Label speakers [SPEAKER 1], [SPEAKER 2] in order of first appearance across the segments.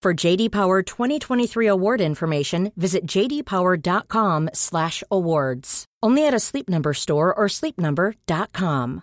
[SPEAKER 1] For JD Power 2023 award information, visit jdpower.com/awards. Only at a Sleep Number store or sleepnumber.com.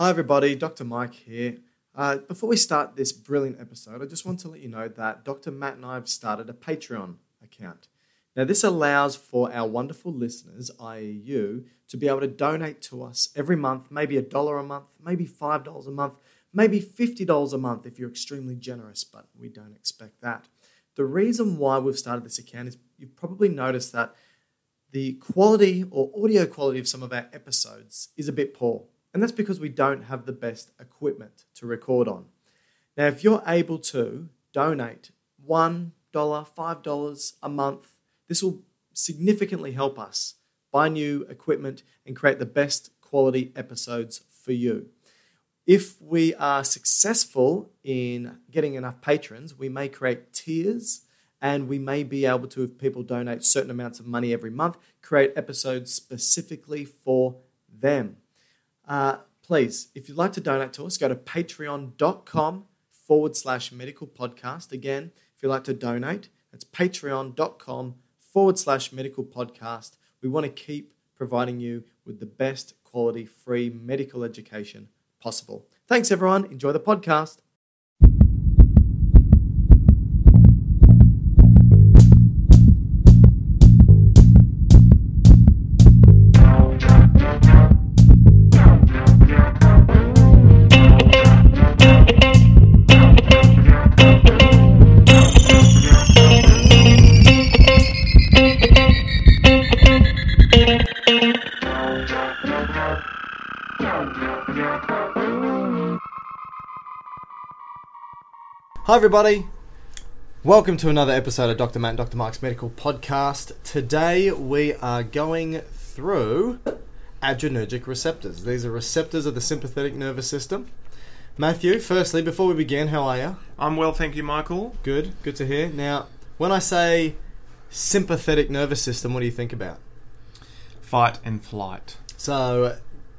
[SPEAKER 2] Hi, everybody. Dr. Mike here. Uh, before we start this brilliant episode, I just want to let you know that Dr. Matt and I have started a Patreon account. Now, this allows for our wonderful listeners, i.e., you, to be able to donate to us every month, maybe a dollar a month, maybe $5 a month, maybe $50 a month if you're extremely generous, but we don't expect that. The reason why we've started this account is you've probably noticed that the quality or audio quality of some of our episodes is a bit poor and that's because we don't have the best equipment to record on. Now, if you're able to donate $1, $5 a month, this will significantly help us buy new equipment and create the best quality episodes for you. If we are successful in getting enough patrons, we may create tiers and we may be able to, if people donate certain amounts of money every month, create episodes specifically for them. Uh, please, if you'd like to donate to us, go to patreon.com forward slash medical podcast. Again, if you'd like to donate, it's patreon.com forward slash medical podcast. We want to keep providing you with the best quality free medical education possible. Thanks, everyone. Enjoy the podcast. Hi, everybody. Welcome to another episode of Dr. Matt and Dr. Mark's Medical Podcast. Today we are going through adrenergic receptors. These are receptors of the sympathetic nervous system. Matthew, firstly, before we begin, how are you?
[SPEAKER 3] I'm well, thank you, Michael.
[SPEAKER 2] Good, good to hear. Now, when I say sympathetic nervous system, what do you think about?
[SPEAKER 3] Fight and flight,
[SPEAKER 2] So,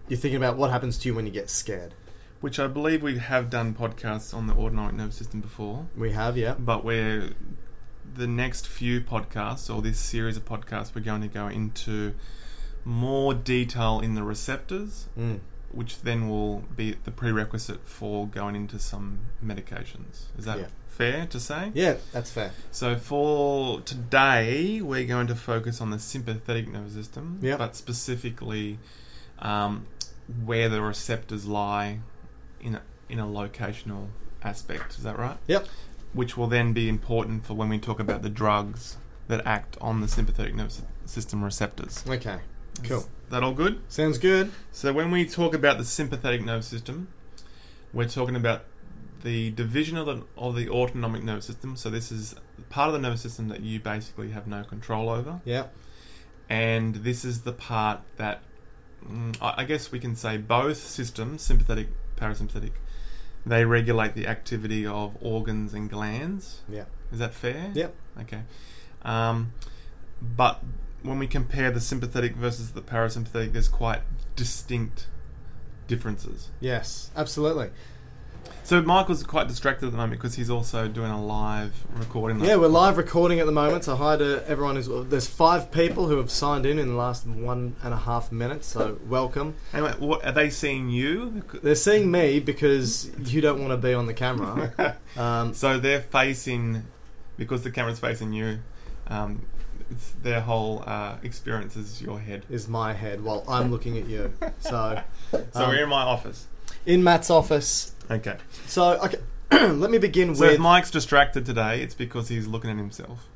[SPEAKER 2] you're thinking about what happens to you when you get scared.
[SPEAKER 3] which I believe we have done podcasts on the autonomic nervous system before,
[SPEAKER 2] We have, yeah.
[SPEAKER 3] but we're the next few podcasts or this series of podcasts we're going to go into more detail in the receptors,
[SPEAKER 2] Mm.
[SPEAKER 3] which then will be the prerequisite for going into some medications. Is that
[SPEAKER 2] Yeah.
[SPEAKER 3] fair to say?
[SPEAKER 2] Yeah, that's fair.
[SPEAKER 3] So for today, we're going to focus on the sympathetic nervous system,
[SPEAKER 2] Yep.
[SPEAKER 3] but specifically um, where the receptors lie in a, in a locational aspect. Is that right?
[SPEAKER 2] Yep.
[SPEAKER 3] Which will then be important for when we talk about the drugs that act on the sympathetic nervous system receptors.
[SPEAKER 2] Okay. Cool.
[SPEAKER 3] Is that all good?
[SPEAKER 2] Sounds good.
[SPEAKER 3] So when we talk about the sympathetic nervous system, we're talking about the division of the, of the autonomic nervous system. So this is part of the nervous system that you basically have no control over,
[SPEAKER 2] Yep.
[SPEAKER 3] and this is the part that mm, I I guess we can say both systems, sympathetic, parasympathetic, They regulate the activity of organs and glands.
[SPEAKER 2] Yeah.
[SPEAKER 3] Is that fair?
[SPEAKER 2] Yep.
[SPEAKER 3] Okay. Um, but when we compare the sympathetic versus the parasympathetic, there's quite distinct differences.
[SPEAKER 2] Yes, absolutely.
[SPEAKER 3] So Michael's quite distracted at the moment because he's also doing a live recording.
[SPEAKER 2] Yeah, we're live recording at the moment, so hi to everyone who's. There's five people who have signed in in the last one and a half minutes, so welcome.
[SPEAKER 3] Anyway, what, are they seeing you?
[SPEAKER 2] They're seeing me because you don't want to be on the camera. Um,
[SPEAKER 3] So they're facing, because the camera's facing you, um, it's their whole uh, experience is your head.
[SPEAKER 2] is my head while I'm looking at you. So,
[SPEAKER 3] So
[SPEAKER 2] um,
[SPEAKER 3] we're in my office.
[SPEAKER 2] in Matt's office.
[SPEAKER 3] Okay.
[SPEAKER 2] So, okay, let me begin
[SPEAKER 3] So
[SPEAKER 2] with.
[SPEAKER 3] if Mike's distracted today, it's because he's looking at himself.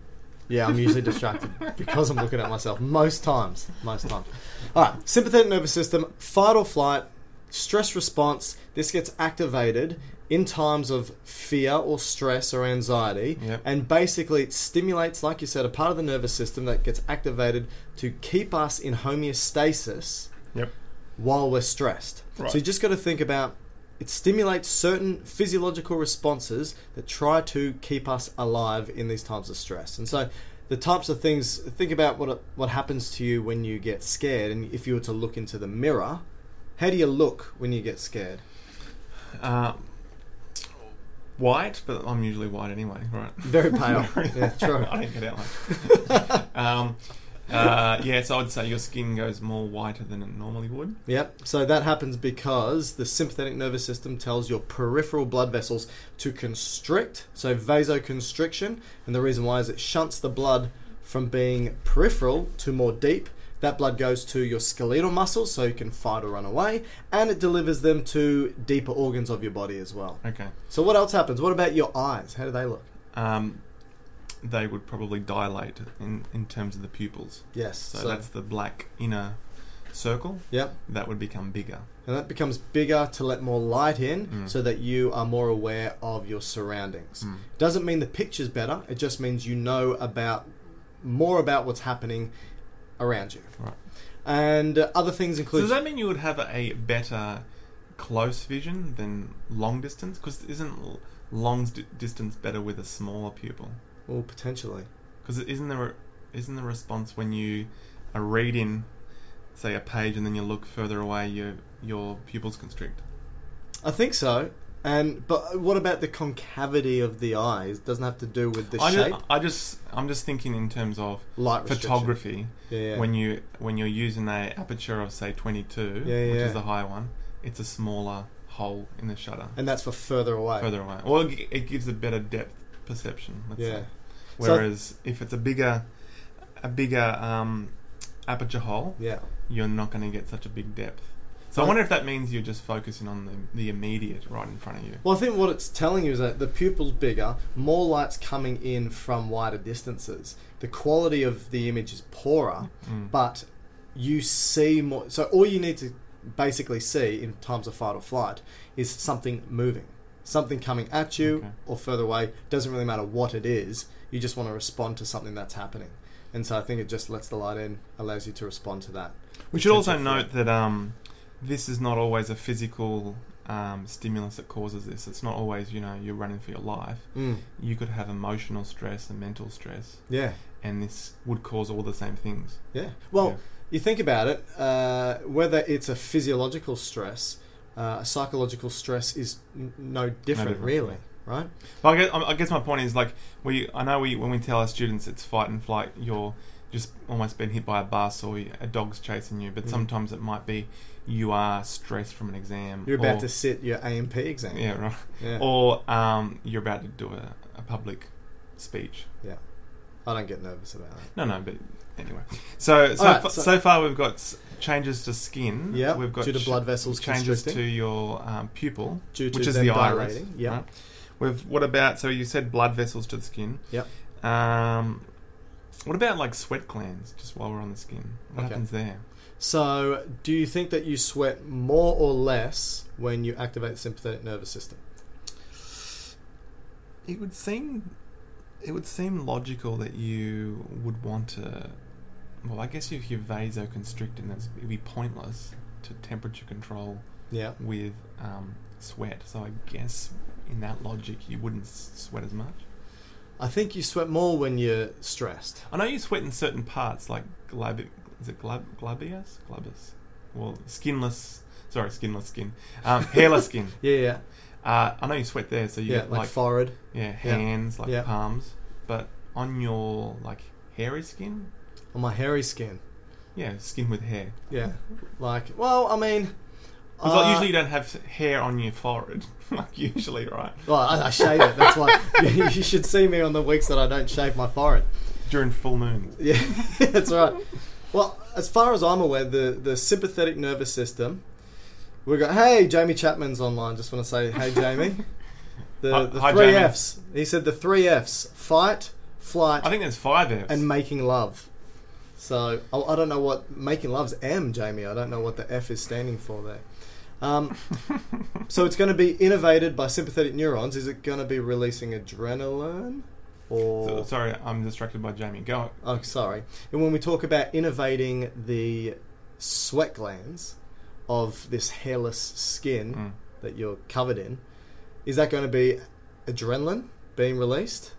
[SPEAKER 2] Yeah, I'm usually distracted because I'm looking at myself most times. Most times. All right, sympathetic nervous system, fight or flight, stress response. This gets activated in times of fear or stress or anxiety.
[SPEAKER 3] Yep.
[SPEAKER 2] And basically, it stimulates, like you said, a part of the nervous system that gets activated to keep us in homeostasis
[SPEAKER 3] Yep.
[SPEAKER 2] while we're stressed.
[SPEAKER 3] Right.
[SPEAKER 2] So you just got to think about it stimulates certain physiological responses that try to keep us alive in these times of stress. And so the types of things think about what what happens to you when you get scared and if you were to look into the mirror, how do you look when you get scared?
[SPEAKER 3] Uh, white, but I'm usually white anyway, right?
[SPEAKER 2] Very pale. yeah, true.
[SPEAKER 3] I didn't get out like um, uh, Yeah, so I'd say your skin goes more whiter than it normally would.
[SPEAKER 2] Yep. So that happens because the sympathetic nervous system tells your peripheral blood vessels to constrict, so vasoconstriction, and the reason why is it shunts the blood from being peripheral to more deep. That blood goes to your skeletal muscles so you can fight or run away, and it delivers them to deeper organs of your body as well.
[SPEAKER 3] Okay.
[SPEAKER 2] So what else happens? What about your eyes? How do they look?
[SPEAKER 3] Um, they would probably dilate in, in terms of the pupils.
[SPEAKER 2] Yes.
[SPEAKER 3] So,
[SPEAKER 2] So,
[SPEAKER 3] that's the black inner circle.
[SPEAKER 2] yep.
[SPEAKER 3] That would become bigger.
[SPEAKER 2] And that becomes bigger to let more light in
[SPEAKER 3] Mm.
[SPEAKER 2] so that you are more aware of your surroundings. Doesn't mean the picture's better, it just means you know about more about what's happening around you.
[SPEAKER 3] Right.
[SPEAKER 2] And uh, other things
[SPEAKER 3] So
[SPEAKER 2] include
[SPEAKER 3] does that mean you would have a better close vision than long distance? Because isn't l- long s- distance better with a smaller pupil?
[SPEAKER 2] well potentially.
[SPEAKER 3] Because isn't there isn't the response when you are reading, say a page, and then you look further away, your your pupils constrict.
[SPEAKER 2] I think so. And but what about the concavity of the eyes? Doesn't have to do with the
[SPEAKER 3] I
[SPEAKER 2] shape.
[SPEAKER 3] just, I just I'm just thinking in terms of
[SPEAKER 2] Light restriction.
[SPEAKER 3] photography.
[SPEAKER 2] Yeah, yeah.
[SPEAKER 3] When you when you're using a aperture of say 22,
[SPEAKER 2] Yeah, yeah,
[SPEAKER 3] which
[SPEAKER 2] yeah.
[SPEAKER 3] is the high one, it's a smaller hole in the shutter.
[SPEAKER 2] and that's for further away.
[SPEAKER 3] further away. Well, it gi- it gives a better depth perception. Let's
[SPEAKER 2] Yeah.
[SPEAKER 3] Say.
[SPEAKER 2] So-
[SPEAKER 3] Whereas if it's a bigger, a bigger um, aperture hole,
[SPEAKER 2] Yeah.
[SPEAKER 3] you're not going to get such a big depth. So I wonder if that means you're just focusing on the, the immediate right in front of you.
[SPEAKER 2] Well, I think what it's telling you is that the pupil's bigger, more light's coming in from wider distances. The quality of the image is poorer,
[SPEAKER 3] Mm.
[SPEAKER 2] but you see more. So, all you need to basically see in times of fight or flight is something moving, something coming at you
[SPEAKER 3] Okay.
[SPEAKER 2] or further away. Doesn't really matter what it is, you just want to respond to something that's happening. And so, I think it just lets the light in, allows you to respond to that.
[SPEAKER 3] We should also note that um, this is not always a physical um, stimulus that causes this. It's not always you know you're running for your life.
[SPEAKER 2] Mm.
[SPEAKER 3] You could have emotional stress and mental stress,
[SPEAKER 2] Yeah.
[SPEAKER 3] and this would cause all the same things.
[SPEAKER 2] Yeah. Well,
[SPEAKER 3] Yeah.
[SPEAKER 2] you think about it, uh, whether it's a physiological stress, uh, a psychological stress is n- no different,
[SPEAKER 3] different,
[SPEAKER 2] really, right?
[SPEAKER 3] Well, I guess, I guess my point is like we. I know we when we tell our students it's fight and flight. You're just almost been hit by a bus or a dog's chasing you. But
[SPEAKER 2] Mm.
[SPEAKER 3] sometimes it might be you are stressed from an exam.
[SPEAKER 2] You're about
[SPEAKER 3] or-
[SPEAKER 2] to sit your AMP exam.
[SPEAKER 3] Yeah, right.
[SPEAKER 2] Yeah.
[SPEAKER 3] Or um, you're about to do a, a public speech.
[SPEAKER 2] Yeah. I don't get nervous about it.
[SPEAKER 3] No, no, but anyway. So so,
[SPEAKER 2] Alright,
[SPEAKER 3] fa-
[SPEAKER 2] so-
[SPEAKER 3] so far we've got s- changes to skin.
[SPEAKER 2] Yep,
[SPEAKER 3] we've got
[SPEAKER 2] due to blood vessels
[SPEAKER 3] changes to
[SPEAKER 2] constricting.
[SPEAKER 3] your um, pupil,
[SPEAKER 2] Due to
[SPEAKER 3] which is
[SPEAKER 2] them
[SPEAKER 3] the iris.
[SPEAKER 2] dilating, yep.
[SPEAKER 3] We've what about? So you said blood vessels to the skin.
[SPEAKER 2] Yep.
[SPEAKER 3] Um, what about like sweat glands? Just while we're on the skin, what
[SPEAKER 2] Okay.
[SPEAKER 3] happens there?
[SPEAKER 2] So, do you think that you sweat more or less when you activate the sympathetic nervous system?
[SPEAKER 3] It would seem, it would seem logical that you would want to. Well, I guess if you're vasoconstricting, that's it'd be pointless to temperature control
[SPEAKER 2] Yeah.
[SPEAKER 3] with um, sweat. So I guess in that logic, you wouldn't s- sweat as much.
[SPEAKER 2] I think you sweat more when you're stressed.
[SPEAKER 3] I know you sweat in certain parts, like glab. Is it glab glabius? Glabus. Well, skinless. Sorry, skinless skin. Um, hairless skin.
[SPEAKER 2] Yeah, yeah,
[SPEAKER 3] Uh, I know you sweat there, so you
[SPEAKER 2] yeah.
[SPEAKER 3] get
[SPEAKER 2] like,
[SPEAKER 3] like
[SPEAKER 2] forehead.
[SPEAKER 3] yeah hands, like
[SPEAKER 2] Yeah.
[SPEAKER 3] palms. But on your like hairy skin,
[SPEAKER 2] On my hairy skin.
[SPEAKER 3] yeah, skin with hair.
[SPEAKER 2] Yeah. Like, well, I mean,
[SPEAKER 3] Because
[SPEAKER 2] Uh,
[SPEAKER 3] like, usually you don't have hair on your forehead, like usually, right?
[SPEAKER 2] well, I, I shave it. That's why you, you should see me on the weeks that I don't shave my forehead.
[SPEAKER 3] During full moon.
[SPEAKER 2] Yeah, that's right. Well, as far as I'm aware, the, the sympathetic nervous system. We got hey Jamie Chapman's online. Just want to say hey Jamie.
[SPEAKER 3] Hi-
[SPEAKER 2] The, the
[SPEAKER 3] hi,
[SPEAKER 2] three
[SPEAKER 3] Jamie.
[SPEAKER 2] Fs. He said the three Fs: fight, flight,
[SPEAKER 3] I think there's five F's.
[SPEAKER 2] and making love. So I, I don't know what making love's M, Jamie. I don't know what the F is standing for there. Um, so it's going to be innovated by sympathetic neurons. Is it going to be releasing adrenaline,
[SPEAKER 3] So-
[SPEAKER 2] or
[SPEAKER 3] sorry, I'm distracted by Jamie. Go.
[SPEAKER 2] oh, sorry. And when we talk about innovating the sweat glands of this hairless skin
[SPEAKER 3] Mm.
[SPEAKER 2] that you're covered in, is that going to be adrenaline being released,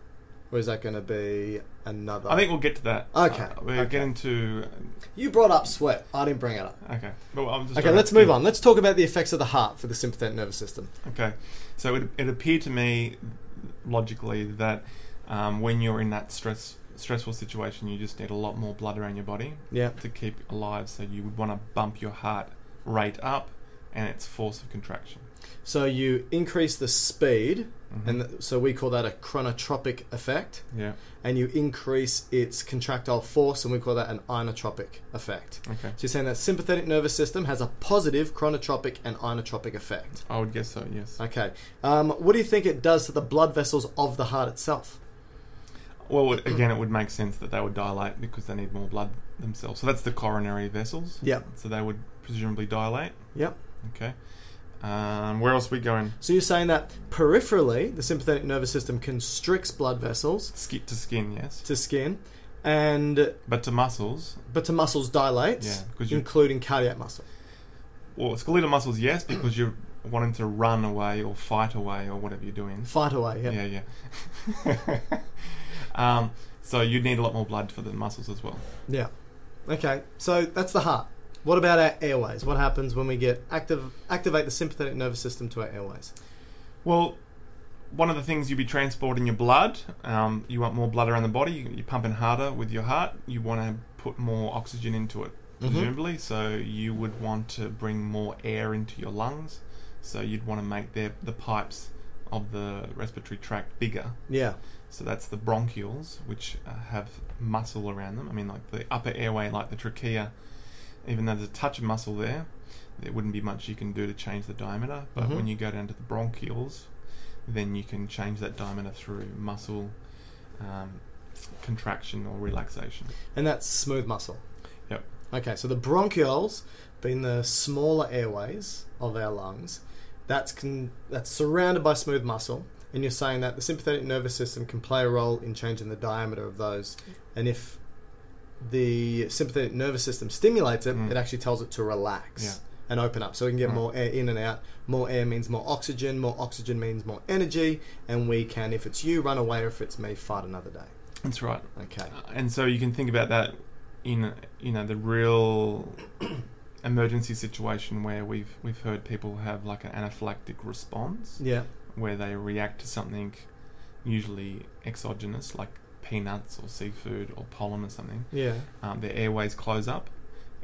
[SPEAKER 2] or is that going to be another?
[SPEAKER 3] I think we'll get to that.
[SPEAKER 2] Okay,
[SPEAKER 3] Uh, we're
[SPEAKER 2] okay.
[SPEAKER 3] getting to.
[SPEAKER 2] You brought up sweat. I didn't bring it up.
[SPEAKER 3] Okay. But I'm just
[SPEAKER 2] Okay,
[SPEAKER 3] trying to
[SPEAKER 2] let's move
[SPEAKER 3] think.
[SPEAKER 2] on. Let's talk about the effects of the heart for the sympathetic nervous system.
[SPEAKER 3] Okay. So it, it appeared to me logically that um, when you're in that stress stressful situation, you just need a lot more blood around your body
[SPEAKER 2] Yeah.
[SPEAKER 3] to keep alive. So you would want to bump your heart rate up and its force of contraction.
[SPEAKER 2] So you increase the speed, and th- so we call that a chronotropic effect,
[SPEAKER 3] Mm-hmm. Yeah.
[SPEAKER 2] and you increase its contractile force, and we call that an inotropic effect.
[SPEAKER 3] Okay.
[SPEAKER 2] So you're saying that sympathetic nervous system has a positive chronotropic and inotropic effect.
[SPEAKER 3] I would guess so. Yes.
[SPEAKER 2] Okay. Um, what do you think it does to the blood vessels of the heart itself?
[SPEAKER 3] Well, it- again, it would make sense that they would dilate because they need more blood themselves. So that's the coronary vessels.
[SPEAKER 2] Yeah.
[SPEAKER 3] So they would presumably dilate.
[SPEAKER 2] Yep.
[SPEAKER 3] Okay. Um, where else we going?
[SPEAKER 2] So you're saying that peripherally, the sympathetic nervous system constricts blood vessels
[SPEAKER 3] Skip to skin, yes.
[SPEAKER 2] to skin, and
[SPEAKER 3] But to muscles,
[SPEAKER 2] but to muscles dilates,
[SPEAKER 3] Yeah, 'cause you-
[SPEAKER 2] including cardiac muscle.
[SPEAKER 3] well, skeletal muscles, yes, because you're wanting to run away or fight away or whatever you're doing.
[SPEAKER 2] Fight away. Yeah.
[SPEAKER 3] Yeah, yeah. um, so you'd need a lot more blood for the muscles as well.
[SPEAKER 2] Yeah. Okay. So that's the heart. What about our airways? What happens when we get active activate the sympathetic nervous system to our airways?
[SPEAKER 3] Well, one of the things you'd be transporting your blood. Um, you want more blood around the body. you- You're pumping harder with your heart. You want to put more oxygen into it, presumably. So you would want to bring more air into your lungs. So you'd want to make their, the pipes of the respiratory tract bigger.
[SPEAKER 2] Yeah.
[SPEAKER 3] So that's the bronchioles, which uh, have muscle around them. I mean, like the upper airway, like the trachea, even though there's a touch of muscle there, there wouldn't be much you can do to change the diameter. But when you go down to the bronchioles, then you can change that diameter through muscle um, contraction or relaxation.
[SPEAKER 2] And that's smooth muscle.
[SPEAKER 3] Yep.
[SPEAKER 2] Okay, so the bronchioles, being the smaller airways of our lungs, that's con- that's surrounded by smooth muscle, and you're saying that the sympathetic nervous system can play a role in changing the diameter of those, and if the sympathetic nervous system stimulates it, it actually tells it to relax
[SPEAKER 3] Yeah.
[SPEAKER 2] and open up, so we can get more air in and out. More air means more oxygen. More oxygen means more energy, and we can, if it's you, run away, or if it's me, fight another day.
[SPEAKER 3] That's right.
[SPEAKER 2] Okay.
[SPEAKER 3] Uh, and so you can think about that in you know the real emergency situation where we've we've heard people have like an anaphylactic response
[SPEAKER 2] Yeah.
[SPEAKER 3] where they react to something usually exogenous like peanuts or seafood or pollen or something
[SPEAKER 2] Yeah.
[SPEAKER 3] um, their airways close up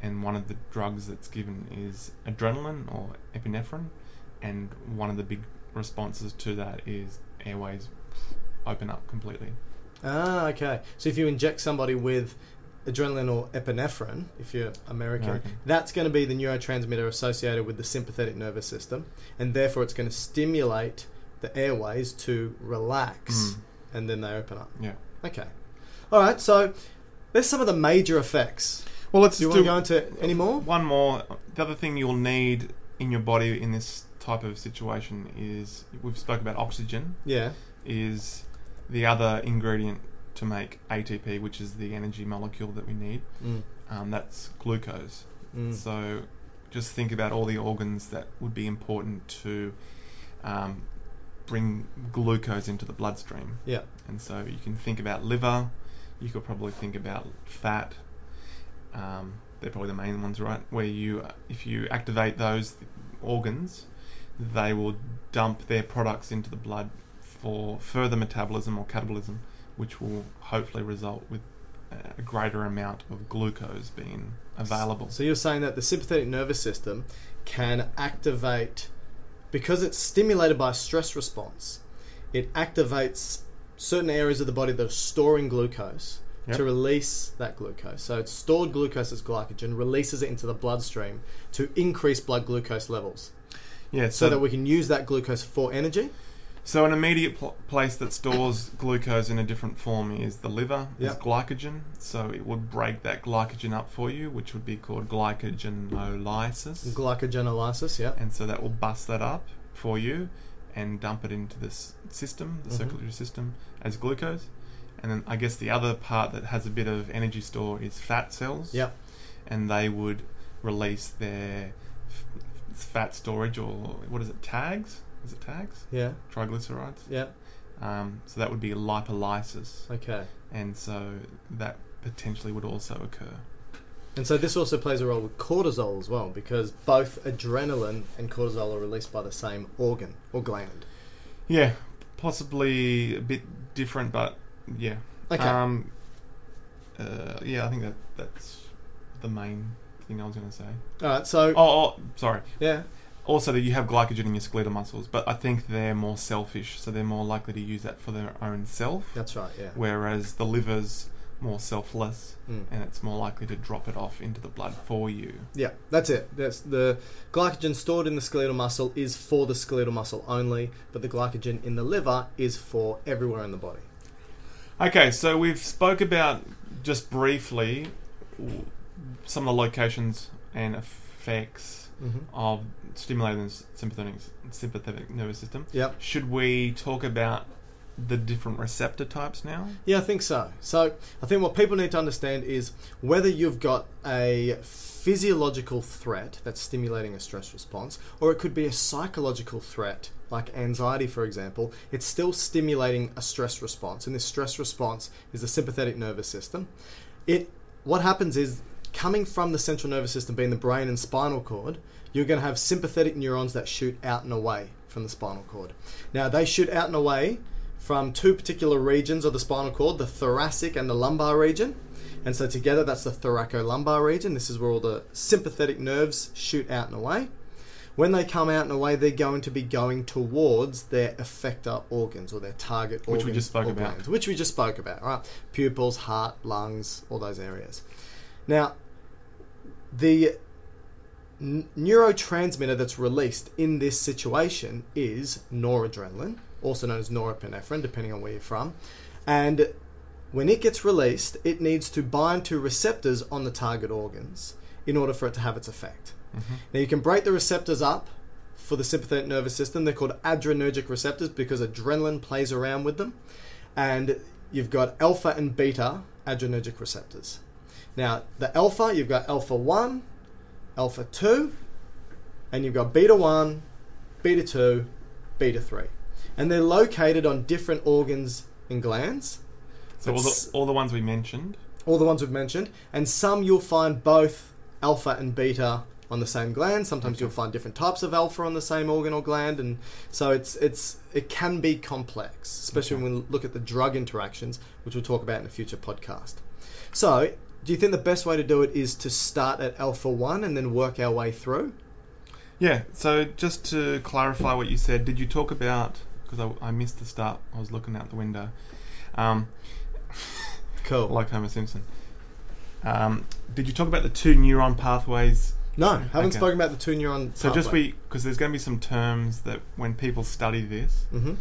[SPEAKER 3] and one of the drugs that's given is adrenaline or epinephrine and one of the big responses to that is airways open up completely
[SPEAKER 2] Ah, okay. So if you inject somebody with adrenaline or epinephrine, if you're American,
[SPEAKER 3] American.
[SPEAKER 2] that's going to be the neurotransmitter associated with the sympathetic nervous system, and therefore it's going to stimulate the airways to relax, and then they open up.
[SPEAKER 3] yeah
[SPEAKER 2] Okay. All right. So there's some of the major effects.
[SPEAKER 3] well let's
[SPEAKER 2] Do you want to go into any more?
[SPEAKER 3] One more. The other thing you'll need in your body in this type of situation is we've spoke about oxygen
[SPEAKER 2] Yeah.
[SPEAKER 3] is the other ingredient to make ATP,
[SPEAKER 2] Mm.
[SPEAKER 3] which is the energy molecule that we need. Um, that's glucose. So just think about all the organs that would be important to um, bring glucose into the bloodstream.
[SPEAKER 2] Yeah.
[SPEAKER 3] And so you can think about liver, you could probably think about fat. Um, they're probably the main ones, right? Where you, if you activate those organs, they will dump their products into the blood for further metabolism or catabolism, which will hopefully result with a greater amount of glucose being available.
[SPEAKER 2] So you're saying that the sympathetic nervous system can activate because it's stimulated by stress response. It activates certain areas of the body that are storing glucose
[SPEAKER 3] Yep.
[SPEAKER 2] to release that glucose. So it's stored glucose as glycogen, releases it into the bloodstream to increase blood glucose levels,
[SPEAKER 3] Yeah, so,
[SPEAKER 2] so that we can use that glucose for energy.
[SPEAKER 3] so an immediate pl- place that stores glucose in a different form is the liver, is
[SPEAKER 2] Yep.
[SPEAKER 3] glycogen. So it would break that glycogen up for you, which would be called glycogenolysis.
[SPEAKER 2] Glycogenolysis, yeah.
[SPEAKER 3] and so that will bust that up for you and dump it into this system,
[SPEAKER 2] Mm-hmm.
[SPEAKER 3] the circulatory system, as glucose. And then I guess the other part that has a bit of energy store is fat cells.
[SPEAKER 2] Yep.
[SPEAKER 3] And they would release their f- f- fat storage or what is it, tags? Is it tags?
[SPEAKER 2] Yeah.
[SPEAKER 3] Triglycerides.
[SPEAKER 2] Yeah.
[SPEAKER 3] Um, so that would be lipolysis.
[SPEAKER 2] Okay.
[SPEAKER 3] And so that potentially would also occur.
[SPEAKER 2] And so this also plays a role with cortisol as well, because both adrenaline and cortisol are released by the same organ or gland.
[SPEAKER 3] Yeah, possibly a bit different, but yeah.
[SPEAKER 2] Okay.
[SPEAKER 3] Um, uh, yeah, I think that that's the main thing I was going to say.
[SPEAKER 2] All right. So
[SPEAKER 3] Oh, oh, sorry.
[SPEAKER 2] yeah.
[SPEAKER 3] Also, that you have glycogen in your skeletal muscles, but I think they're more selfish, so they're more likely to use that for their own self.
[SPEAKER 2] That's right. Yeah.
[SPEAKER 3] Whereas the liver's more selfless,
[SPEAKER 2] Mm.
[SPEAKER 3] and it's more likely to drop it off into the blood for you.
[SPEAKER 2] Yeah, that's it. That's the glycogen stored in the skeletal muscle is for the skeletal muscle only, but the glycogen in the liver is for everywhere in the body.
[SPEAKER 3] Okay, so we've spoke about just briefly w- some of the locations and effects
[SPEAKER 2] Mm-hmm.
[SPEAKER 3] of stimulating the s- sympathetic sympathetic nervous system.
[SPEAKER 2] Yep.
[SPEAKER 3] Should we talk about the different receptor types now?
[SPEAKER 2] Yeah, I think so. So, I think what people need to understand is whether you've got a physiological threat that's stimulating a stress response, or it could be a psychological threat, like anxiety, for example, it's still stimulating a stress response. And this stress response is the sympathetic nervous system. It what happens is coming from the central nervous system being the brain and spinal cord you're going to have sympathetic neurons that shoot out and away from the spinal cord now they shoot out and away from two particular regions of the spinal cord the thoracic and the lumbar region and so together that's the thoracolumbar region this is where all the sympathetic nerves shoot out and away when they come out and away they're going to be going towards their effector organs or their target
[SPEAKER 3] Which
[SPEAKER 2] organs
[SPEAKER 3] we just spoke
[SPEAKER 2] or
[SPEAKER 3] about.
[SPEAKER 2] glands which we just spoke about, right? Pupils, heart, lungs, all those areas. Now, the n- neurotransmitter that's released in this situation is noradrenaline, also known as norepinephrine, depending on where you're from. And when it gets released, it needs to bind to receptors on the target organs in order for it to have its effect. Now, you can break the receptors up for the sympathetic nervous system. They're called adrenergic receptors because adrenaline plays around with them. And you've got alpha and beta adrenergic receptors. Now, the alpha, you've got alpha 1, alpha 2, and you've got beta 1, beta 2, beta 3. And they're located on different organs and glands
[SPEAKER 3] So all the,
[SPEAKER 2] It's-
[SPEAKER 3] all the ones we mentioned.
[SPEAKER 2] all the ones we've mentioned, and some you'll find both alpha and beta on the same gland. Sometimes you'll find different types of alpha on the same organ or gland, and so it's it's it can be complex, especially when we look at the drug interactions, which we'll talk about in a future podcast. So, do you think the best way to do it is to start at alpha one and then work our way through?
[SPEAKER 3] Yeah. So just to clarify what you said, did you talk about? Because I, I missed the start. I was looking out the window. Um,
[SPEAKER 2] Cool.
[SPEAKER 3] like Homer Simpson. Um, did you talk about the two neuron pathways?
[SPEAKER 2] no, haven't
[SPEAKER 3] Okay.
[SPEAKER 2] spoken about the two neuron.
[SPEAKER 3] So just we, because there's going to be some terms that when people study this,
[SPEAKER 2] Mm-hmm.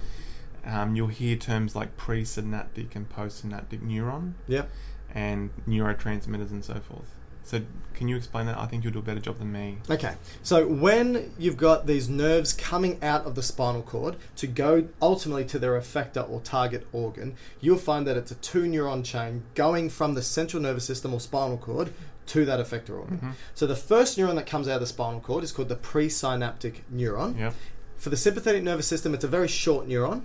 [SPEAKER 3] um, you'll hear terms like presynaptic and postsynaptic neuron
[SPEAKER 2] Yep.
[SPEAKER 3] and neurotransmitters and so forth. So can you explain that? I think you'll do a better job than me.
[SPEAKER 2] Okay, so when you've got these nerves coming out of the spinal cord to go ultimately to their effector or target organ, you'll find that it's a two neuron chain going from the central nervous system or spinal cord to that effector organ. So the first neuron that comes out of the spinal cord is called the presynaptic neuron.
[SPEAKER 3] Yep.
[SPEAKER 2] For the sympathetic nervous system, it's a very short neuron.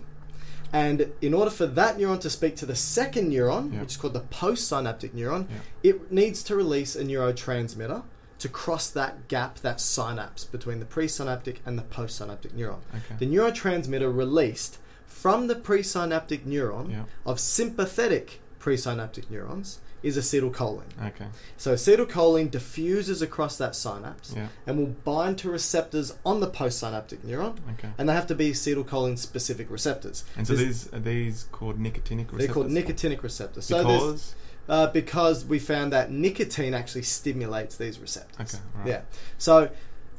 [SPEAKER 2] And in order for that neuron to speak to the second neuron, which is called the postsynaptic neuron, it needs to release a neurotransmitter to cross that gap, that synapse between the presynaptic and the postsynaptic neuron. The neurotransmitter released from the presynaptic neuron
[SPEAKER 3] Yeah.
[SPEAKER 2] of sympathetic presynaptic neurons is acetylcholine.
[SPEAKER 3] Okay.
[SPEAKER 2] So acetylcholine diffuses across that synapse
[SPEAKER 3] Yeah.
[SPEAKER 2] and will bind to receptors on the postsynaptic neuron,
[SPEAKER 3] Okay.
[SPEAKER 2] and they have to be acetylcholine specific receptors.
[SPEAKER 3] And so
[SPEAKER 2] This-
[SPEAKER 3] these are these called nicotinic receptors.
[SPEAKER 2] they're called nicotinic receptors. So there's-
[SPEAKER 3] Because
[SPEAKER 2] uh, because we found that nicotine actually stimulates these receptors.
[SPEAKER 3] Okay, right.
[SPEAKER 2] Yeah. So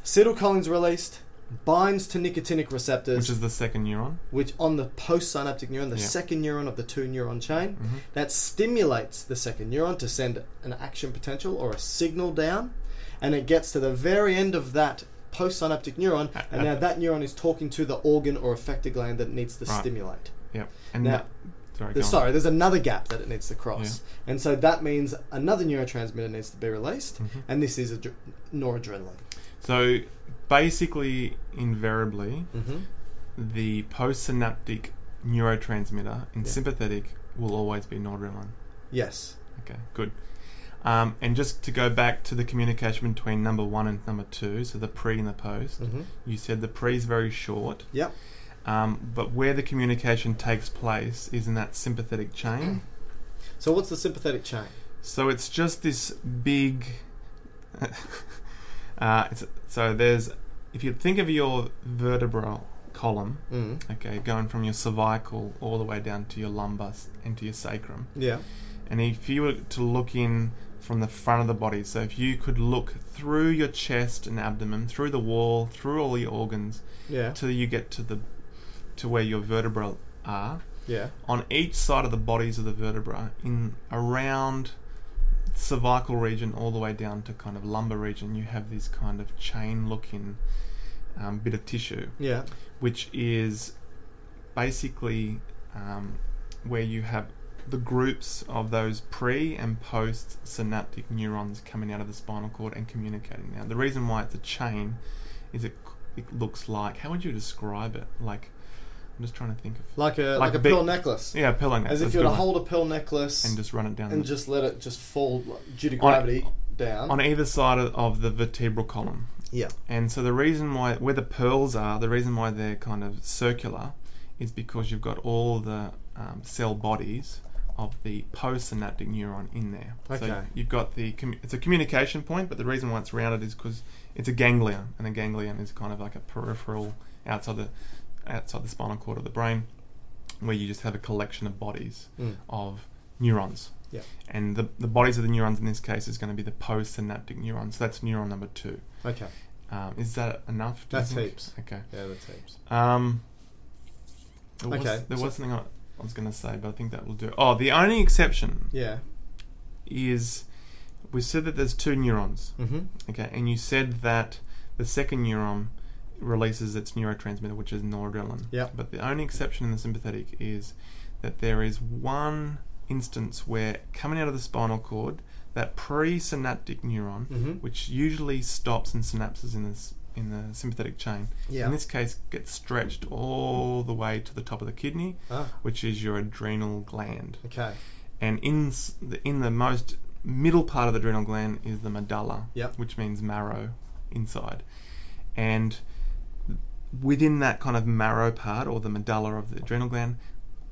[SPEAKER 2] acetylcholine's released, binds to nicotinic receptors,
[SPEAKER 3] which is the second neuron.
[SPEAKER 2] which on the postsynaptic neuron, the
[SPEAKER 3] Yeah. Mm-hmm.
[SPEAKER 2] second neuron of the two neuron chain, that stimulates the second neuron to send an action potential or a signal down, and it gets to the very end of that postsynaptic neuron, and now that neuron is talking to the organ or effector gland that it needs to
[SPEAKER 3] Right.
[SPEAKER 2] stimulate.
[SPEAKER 3] Yep. And
[SPEAKER 2] Now-
[SPEAKER 3] that, sorry.
[SPEAKER 2] There's,
[SPEAKER 3] go on.
[SPEAKER 2] sorry, there's another gap that it needs to cross, and so that means another neurotransmitter needs to be released,
[SPEAKER 3] Mm-hmm.
[SPEAKER 2] and this is adre- noradrenaline.
[SPEAKER 3] So basically, invariably,
[SPEAKER 2] Mm-hmm.
[SPEAKER 3] the postsynaptic neurotransmitter in sympathetic will always be noradrenaline.
[SPEAKER 2] Yes.
[SPEAKER 3] Okay, good. Um, and just to go back to the communication between number one and number two, so the pre and the post, you said the pre is very short,
[SPEAKER 2] Yep.
[SPEAKER 3] um, but where the communication takes place is in that sympathetic chain.
[SPEAKER 2] So what's the sympathetic chain?
[SPEAKER 3] So it's just this big. uh, it's, so there's, if you think of your vertebral column,
[SPEAKER 2] Mm.
[SPEAKER 3] okay, going from your cervical all the way down to your lumbar s- and to your sacrum,
[SPEAKER 2] Yeah.
[SPEAKER 3] and if you were to look in from the front of the body, so if you could look through your chest and abdomen, through the wall, through all your organs,
[SPEAKER 2] Yeah.
[SPEAKER 3] till you get to the to where your vertebrae are,
[SPEAKER 2] Yeah.
[SPEAKER 3] on each side of the bodies of the vertebra, in around cervical region all the way down to kind of lumbar region, you have this kind of chain-looking um, bit of tissue
[SPEAKER 2] Yeah.
[SPEAKER 3] which is basically um, where you have the groups of those pre and post synaptic neurons coming out of the spinal cord and communicating. Now, the reason why it's a chain is it it looks like how would you describe it? Like I'm just trying to think of
[SPEAKER 2] Like a like,
[SPEAKER 3] Like
[SPEAKER 2] a
[SPEAKER 3] a big-
[SPEAKER 2] pearl necklace.
[SPEAKER 3] yeah, pillow neck.
[SPEAKER 2] As if
[SPEAKER 3] that's
[SPEAKER 2] you
[SPEAKER 3] a
[SPEAKER 2] were
[SPEAKER 3] good
[SPEAKER 2] to
[SPEAKER 3] one.
[SPEAKER 2] hold a pearl necklace
[SPEAKER 3] and just run it down
[SPEAKER 2] and
[SPEAKER 3] the-
[SPEAKER 2] just let it just fall like, due to gravity down.
[SPEAKER 3] on either side of, of the vertebral column.
[SPEAKER 2] yeah.
[SPEAKER 3] And so the reason why where the pearls are, the reason why they're kind of circular, is because you've got all the um, cell bodies of the postsynaptic neuron in there.
[SPEAKER 2] Okay.
[SPEAKER 3] So you've got the commu- it's a communication point, but the reason why it's rounded is because it's a ganglion, and a ganglion is kind of like a peripheral outside the outside the spinal cord of the brain, where you just have a collection of bodies of neurons.
[SPEAKER 2] Mm. Yeah.
[SPEAKER 3] And the, the bodies of the neurons in this case is going to be the postsynaptic neurons. So that's neuron number two.
[SPEAKER 2] Okay.
[SPEAKER 3] Um, is that enough? do you
[SPEAKER 2] That's
[SPEAKER 3] think?
[SPEAKER 2] heaps.
[SPEAKER 3] Okay.
[SPEAKER 2] Yeah, that's heaps.
[SPEAKER 3] Um, there was,
[SPEAKER 2] Okay,
[SPEAKER 3] There
[SPEAKER 2] so-
[SPEAKER 3] was something I, I was going to say, but I think that will do. Oh, the only exception
[SPEAKER 2] Yeah.
[SPEAKER 3] is we said that there's two neurons.
[SPEAKER 2] Mm-hmm.
[SPEAKER 3] Okay, and you said that the second neuron releases its neurotransmitter, which is noradrenaline.
[SPEAKER 2] Yep.
[SPEAKER 3] But the only exception in the sympathetic is that there is one instance where coming out of the spinal cord, that presynaptic neuron,
[SPEAKER 2] Mm-hmm.
[SPEAKER 3] which usually stops and synapses in this in the sympathetic chain,
[SPEAKER 2] Yeah.
[SPEAKER 3] in this case gets stretched all the way to the top of the kidney,
[SPEAKER 2] Ah.
[SPEAKER 3] which is your adrenal gland
[SPEAKER 2] Okay.
[SPEAKER 3] and in s- the, in the most middle part of the adrenal gland is the medulla,
[SPEAKER 2] Yep.
[SPEAKER 3] which means marrow inside, and within that kind of marrow part or the medulla of the adrenal gland,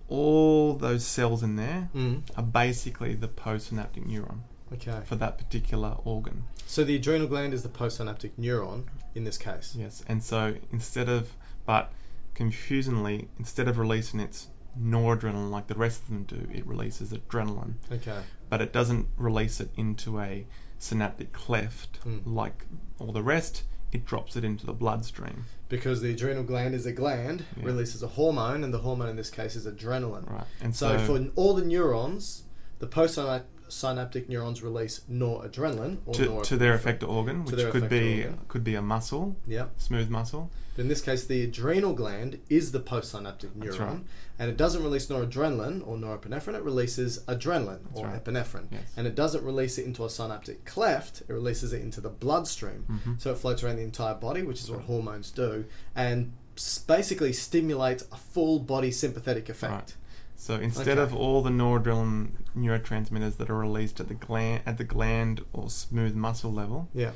[SPEAKER 3] all those cells in there
[SPEAKER 2] Mm.
[SPEAKER 3] are basically the postsynaptic neuron
[SPEAKER 2] Okay.
[SPEAKER 3] for that particular organ.
[SPEAKER 2] So the adrenal gland is the postsynaptic neuron in this case.
[SPEAKER 3] Yes, and so instead of, but confusingly, instead of releasing its noradrenaline like the rest of them do, it releases adrenaline.
[SPEAKER 2] Okay.
[SPEAKER 3] but it doesn't release it into a synaptic cleft
[SPEAKER 2] Hmm.
[SPEAKER 3] like all the rest. It drops it into the bloodstream.
[SPEAKER 2] Because the adrenal gland is a gland, releases a hormone, and the hormone in this case is adrenaline.
[SPEAKER 3] Right. And
[SPEAKER 2] So,
[SPEAKER 3] so,
[SPEAKER 2] for all the neurons, the postsynaptic synaptic neurons release noradrenaline or
[SPEAKER 3] to,
[SPEAKER 2] norepinephrine.
[SPEAKER 3] to their effector organ, which
[SPEAKER 2] their
[SPEAKER 3] could
[SPEAKER 2] effector
[SPEAKER 3] be
[SPEAKER 2] organ.
[SPEAKER 3] could be a muscle,
[SPEAKER 2] Yeah.
[SPEAKER 3] smooth muscle.
[SPEAKER 2] In this case, the adrenal gland is the postsynaptic neuron,
[SPEAKER 3] right.
[SPEAKER 2] and it doesn't release noradrenaline or norepinephrine. It releases adrenaline or
[SPEAKER 3] right.
[SPEAKER 2] epinephrine,
[SPEAKER 3] Yes.
[SPEAKER 2] and it doesn't release it into a synaptic cleft. It releases it into the bloodstream,
[SPEAKER 3] Mm-hmm.
[SPEAKER 2] so it floats around the entire body, which is what hormones do, and s- basically stimulates a full body sympathetic effect.
[SPEAKER 3] Right. So instead
[SPEAKER 2] Okay.
[SPEAKER 3] of all the noradrenaline neurotransmitters that are released at the gland at the gland or smooth muscle level,
[SPEAKER 2] Yeah.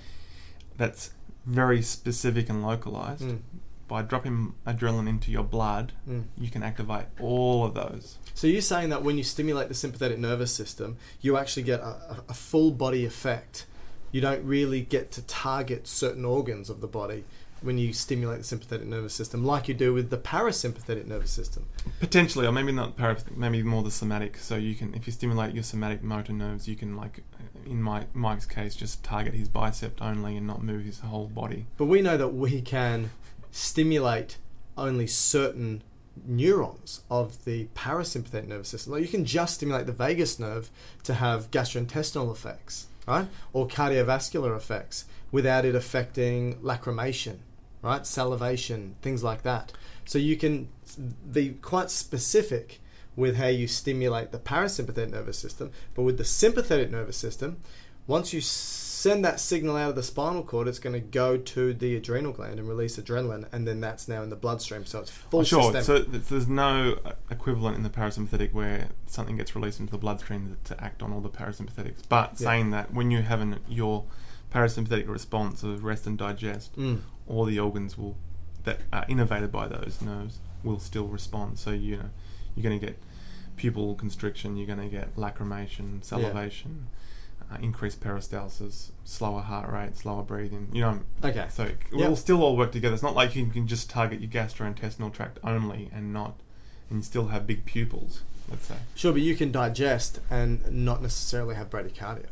[SPEAKER 3] that's very specific and localized.
[SPEAKER 2] Hmm.
[SPEAKER 3] By dropping adrenaline into your blood, you can activate all of those.
[SPEAKER 2] So you're saying that when you stimulate the sympathetic nervous system, you actually get a, a, a full body effect. You don't really get to target certain organs of the body when you stimulate the sympathetic nervous system, like you do with the parasympathetic nervous system.
[SPEAKER 3] Potentially, or maybe not paras, maybe more the somatic. So you can, if you stimulate your somatic motor nerves, you can like, in my Mike's case, just target his bicep only and not move his whole body.
[SPEAKER 2] But we know that we can stimulate only certain neurons of the parasympathetic nervous system. Like you can just stimulate the vagus nerve to have gastrointestinal effects, right? Or cardiovascular effects without it affecting lacrimation, right? Salivation, things like that. So you can be quite specific with how you stimulate the parasympathetic nervous system, but with the sympathetic nervous system, once you send that signal out of the spinal cord, it's going to go to the adrenal gland and release adrenaline, and then that's now in the bloodstream. So it's full
[SPEAKER 3] Sure.
[SPEAKER 2] systemic.
[SPEAKER 3] So th- there's no uh, equivalent in the parasympathetic where something gets released into the bloodstream to act on all the parasympathetics. But saying that, when you have an, your parasympathetic response of rest and digest, all the organs will that are innervated by those nerves will still respond. So you know you're going to get pupil constriction, you're going to get lacrimation, salivation. Uh, increased peristalsis, slower heart rate, slower breathing. You know,
[SPEAKER 2] Okay.
[SPEAKER 3] So it
[SPEAKER 2] Yep.
[SPEAKER 3] will still all work together. It's not like you can just target your gastrointestinal tract only and not, and you still have big pupils. Let's say.
[SPEAKER 2] sure, but you can digest and not necessarily have bradycardia.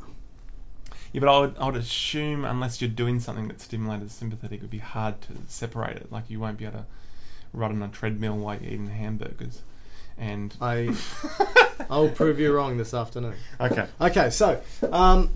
[SPEAKER 3] Yeah, but I would, I would assume unless you're doing something that stimulated the sympathetic, it would be hard to separate it. Like you won't be able to run on a treadmill while you're eating hamburgers. And
[SPEAKER 2] I I'll prove you wrong this afternoon.
[SPEAKER 3] okay,
[SPEAKER 2] Okay, so um,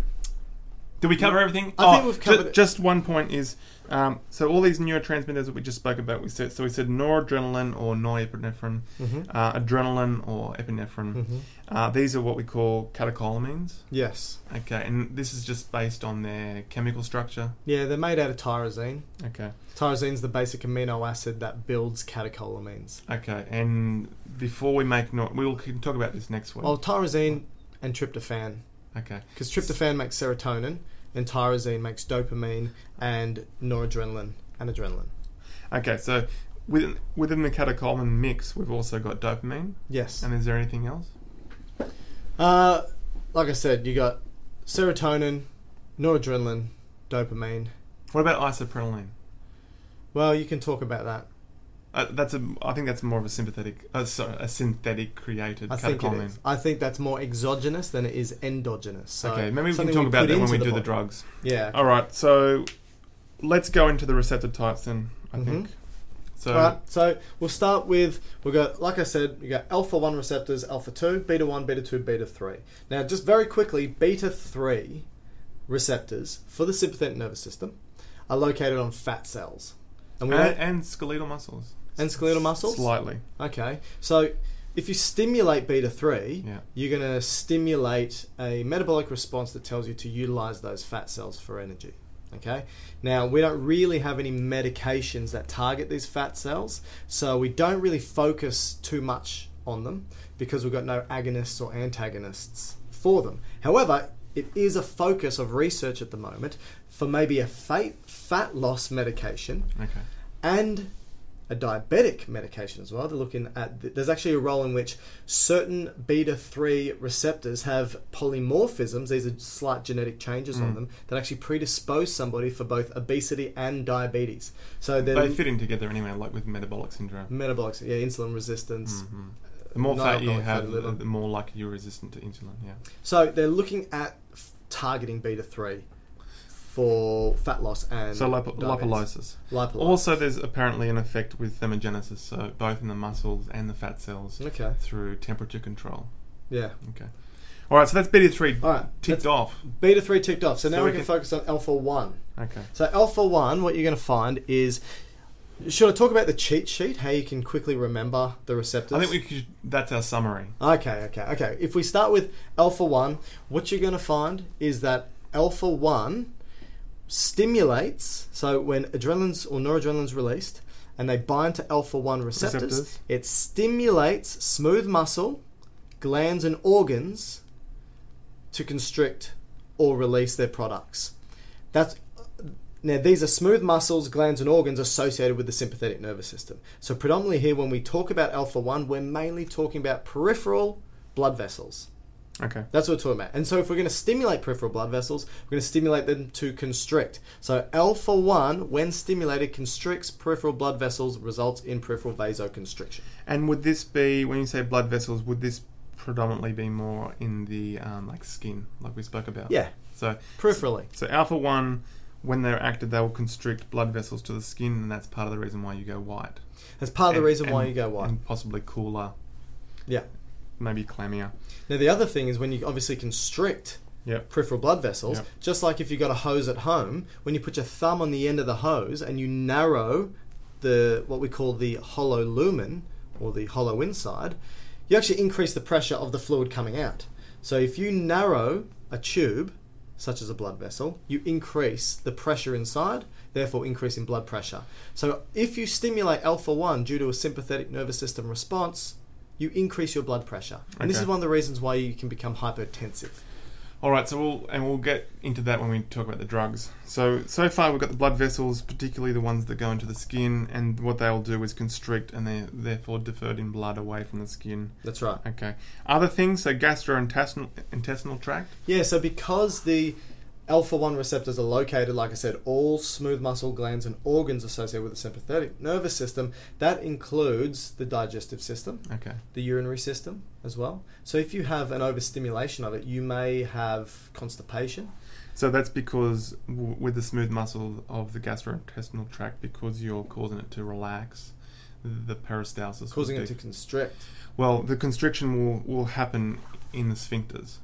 [SPEAKER 3] did we cover everything? Oh,
[SPEAKER 2] I think we've
[SPEAKER 3] ju-
[SPEAKER 2] covered it.
[SPEAKER 3] just one point is, um, so all these neurotransmitters that we just spoke about, we said so we said noradrenaline or norepinephrine,
[SPEAKER 2] Mm-hmm.
[SPEAKER 3] uh, adrenaline or epinephrine. Uh, these are what we call catecholamines.
[SPEAKER 2] yes,
[SPEAKER 3] Okay, and this is just based on their chemical structure.
[SPEAKER 2] yeah, they're made out of tyrosine.
[SPEAKER 3] Okay.
[SPEAKER 2] Tyrosine's the basic amino acid that builds catecholamines.
[SPEAKER 3] Okay, and before we make no, we'll can talk about this next week.
[SPEAKER 2] Well, tyrosine and tryptophan,
[SPEAKER 3] okay.
[SPEAKER 2] because tryptophan makes serotonin, and tyrosine makes dopamine and noradrenaline and adrenaline.
[SPEAKER 3] Okay, so within within the catecholamine mix, we've also got dopamine.
[SPEAKER 2] Yes.
[SPEAKER 3] And is there anything else?
[SPEAKER 2] Uh, like I said, you got serotonin, noradrenaline, dopamine.
[SPEAKER 3] What about isoprenaline?
[SPEAKER 2] Well, you can talk about that.
[SPEAKER 3] Uh, that's a. I think that's more of a sympathetic. Uh, sorry, a synthetic created
[SPEAKER 2] I think it
[SPEAKER 3] catecholamine.
[SPEAKER 2] is. I think that's more exogenous than it is endogenous. So
[SPEAKER 3] Okay, maybe we can
[SPEAKER 2] something
[SPEAKER 3] talk
[SPEAKER 2] put
[SPEAKER 3] about that when
[SPEAKER 2] into
[SPEAKER 3] we do the
[SPEAKER 2] body.
[SPEAKER 3] drugs.
[SPEAKER 2] Yeah.
[SPEAKER 3] All right, so let's go into the receptor types then. I think. So
[SPEAKER 2] Mm-hmm. All right, so we'll start with we've got like I said, we got alpha one receptors, alpha two, beta one, beta two, beta three. Now, just very quickly, beta three receptors for the sympathetic nervous system are located on fat cells, and we
[SPEAKER 3] and,
[SPEAKER 2] know,
[SPEAKER 3] and skeletal muscles.
[SPEAKER 2] and skeletal muscles.
[SPEAKER 3] Slightly.
[SPEAKER 2] Okay, so if you stimulate beta three,
[SPEAKER 3] Yeah.
[SPEAKER 2] you're going to stimulate a metabolic response that tells you to utilize those fat cells for energy. Okay, now we don't really have any medications that target these fat cells, so we don't really focus too much on them because we've got no agonists or antagonists for them. However, it is a focus of research at the moment for maybe a fat, fat loss medication
[SPEAKER 3] Okay.
[SPEAKER 2] and a diabetic medication as well. They're looking at th- there's actually a role in which certain beta three receptors have polymorphisms. These are slight genetic changes
[SPEAKER 3] Hmm.
[SPEAKER 2] on them that actually predispose somebody for both obesity and diabetes. So they're
[SPEAKER 3] They fit in together anyway, like with metabolic syndrome.
[SPEAKER 2] metabolic, yeah, insulin resistance.
[SPEAKER 3] Mm-hmm. The more
[SPEAKER 2] No,
[SPEAKER 3] fat you
[SPEAKER 2] not
[SPEAKER 3] have,
[SPEAKER 2] fatty
[SPEAKER 3] the,
[SPEAKER 2] liver.
[SPEAKER 3] the more likely you're resistant to insulin. Yeah.
[SPEAKER 2] So they're looking at f- targeting beta three for fat loss and
[SPEAKER 3] So lipo-
[SPEAKER 2] diabetes.
[SPEAKER 3] lipolysis.
[SPEAKER 2] Lipolysis.
[SPEAKER 3] Also, there's apparently an effect with thermogenesis, so both in the muscles and the fat cells
[SPEAKER 2] Okay.
[SPEAKER 3] through temperature control.
[SPEAKER 2] Yeah.
[SPEAKER 3] Okay. All right, so that's beta three
[SPEAKER 2] All right,
[SPEAKER 3] ticked
[SPEAKER 2] that's-
[SPEAKER 3] off.
[SPEAKER 2] Beta 3 ticked off, so now we
[SPEAKER 3] we
[SPEAKER 2] can
[SPEAKER 3] can-
[SPEAKER 2] focus on Alpha 1.
[SPEAKER 3] Okay.
[SPEAKER 2] So alpha one, what you're going to find is, should I talk about the cheat sheet? How you can quickly remember the receptors?
[SPEAKER 3] I think we could, that's our summary.
[SPEAKER 2] Okay, okay, okay. If we start with alpha 1, what you're going to find is that alpha 1 stimulates, so when adrenaline's or noradrenaline's released and they bind to alpha 1 receptors,
[SPEAKER 3] Receptors.
[SPEAKER 2] it stimulates smooth muscle, glands, and organs to constrict or release their products. That's now, these are smooth muscles, glands, and organs associated with the sympathetic nervous system. So, predominantly here, when we talk about alpha 1, we're mainly talking about peripheral blood vessels.
[SPEAKER 3] Okay.
[SPEAKER 2] That's what we're talking about. And so, if we're going to stimulate peripheral blood vessels, we're going to stimulate them to constrict. So, alpha 1, when stimulated, constricts peripheral blood vessels, results in peripheral vasoconstriction.
[SPEAKER 3] And would this be when you say blood vessels? Would this predominantly be more in the um, like skin, like we spoke about?
[SPEAKER 2] Yeah.
[SPEAKER 3] So
[SPEAKER 2] Peripherally.
[SPEAKER 3] so alpha one, when they're active, they will constrict blood vessels to the skin, and that's part of the reason why you go white.
[SPEAKER 2] That's part of the
[SPEAKER 3] And-
[SPEAKER 2] reason why
[SPEAKER 3] and-
[SPEAKER 2] you go white.
[SPEAKER 3] and possibly cooler,
[SPEAKER 2] Yeah.
[SPEAKER 3] maybe clammier.
[SPEAKER 2] Now, the other thing is when you obviously constrict
[SPEAKER 3] Yep.
[SPEAKER 2] peripheral blood vessels,
[SPEAKER 3] Yep.
[SPEAKER 2] just like if you got a hose at home, when you put your thumb on the end of the hose and you narrow the what we call the hollow lumen or the hollow inside, you actually increase the pressure of the fluid coming out. So if you narrow a tube, such as a blood vessel, you increase the pressure inside, therefore increasing blood pressure. So if you stimulate alpha 1 due to a sympathetic nervous system response, you increase your blood pressure. And this
[SPEAKER 3] Okay.
[SPEAKER 2] is one of the reasons why you can become hypertensive.
[SPEAKER 3] All right, so we'll and we'll get into that when we talk about the drugs. So so far we've got the blood vessels, particularly the ones that go into the skin, and what they'll do is constrict, and they're therefore deferred in blood away from the skin.
[SPEAKER 2] That's right.
[SPEAKER 3] Okay. Other things, so gastrointestinal intestinal tract.
[SPEAKER 2] Yeah, so because the alpha 1 receptors are located, like I said, all smooth muscle glands and organs associated with the sympathetic nervous system, that includes the digestive system,
[SPEAKER 3] Okay.
[SPEAKER 2] the urinary system as well. So if you have an overstimulation of it, you may have constipation.
[SPEAKER 3] So that's because w- with the smooth muscle of the gastrointestinal tract, because you're causing it to relax, the peristalsis will
[SPEAKER 2] Causing it
[SPEAKER 3] dec-
[SPEAKER 2] to constrict.
[SPEAKER 3] Well, the constriction will, will happen in the sphincters,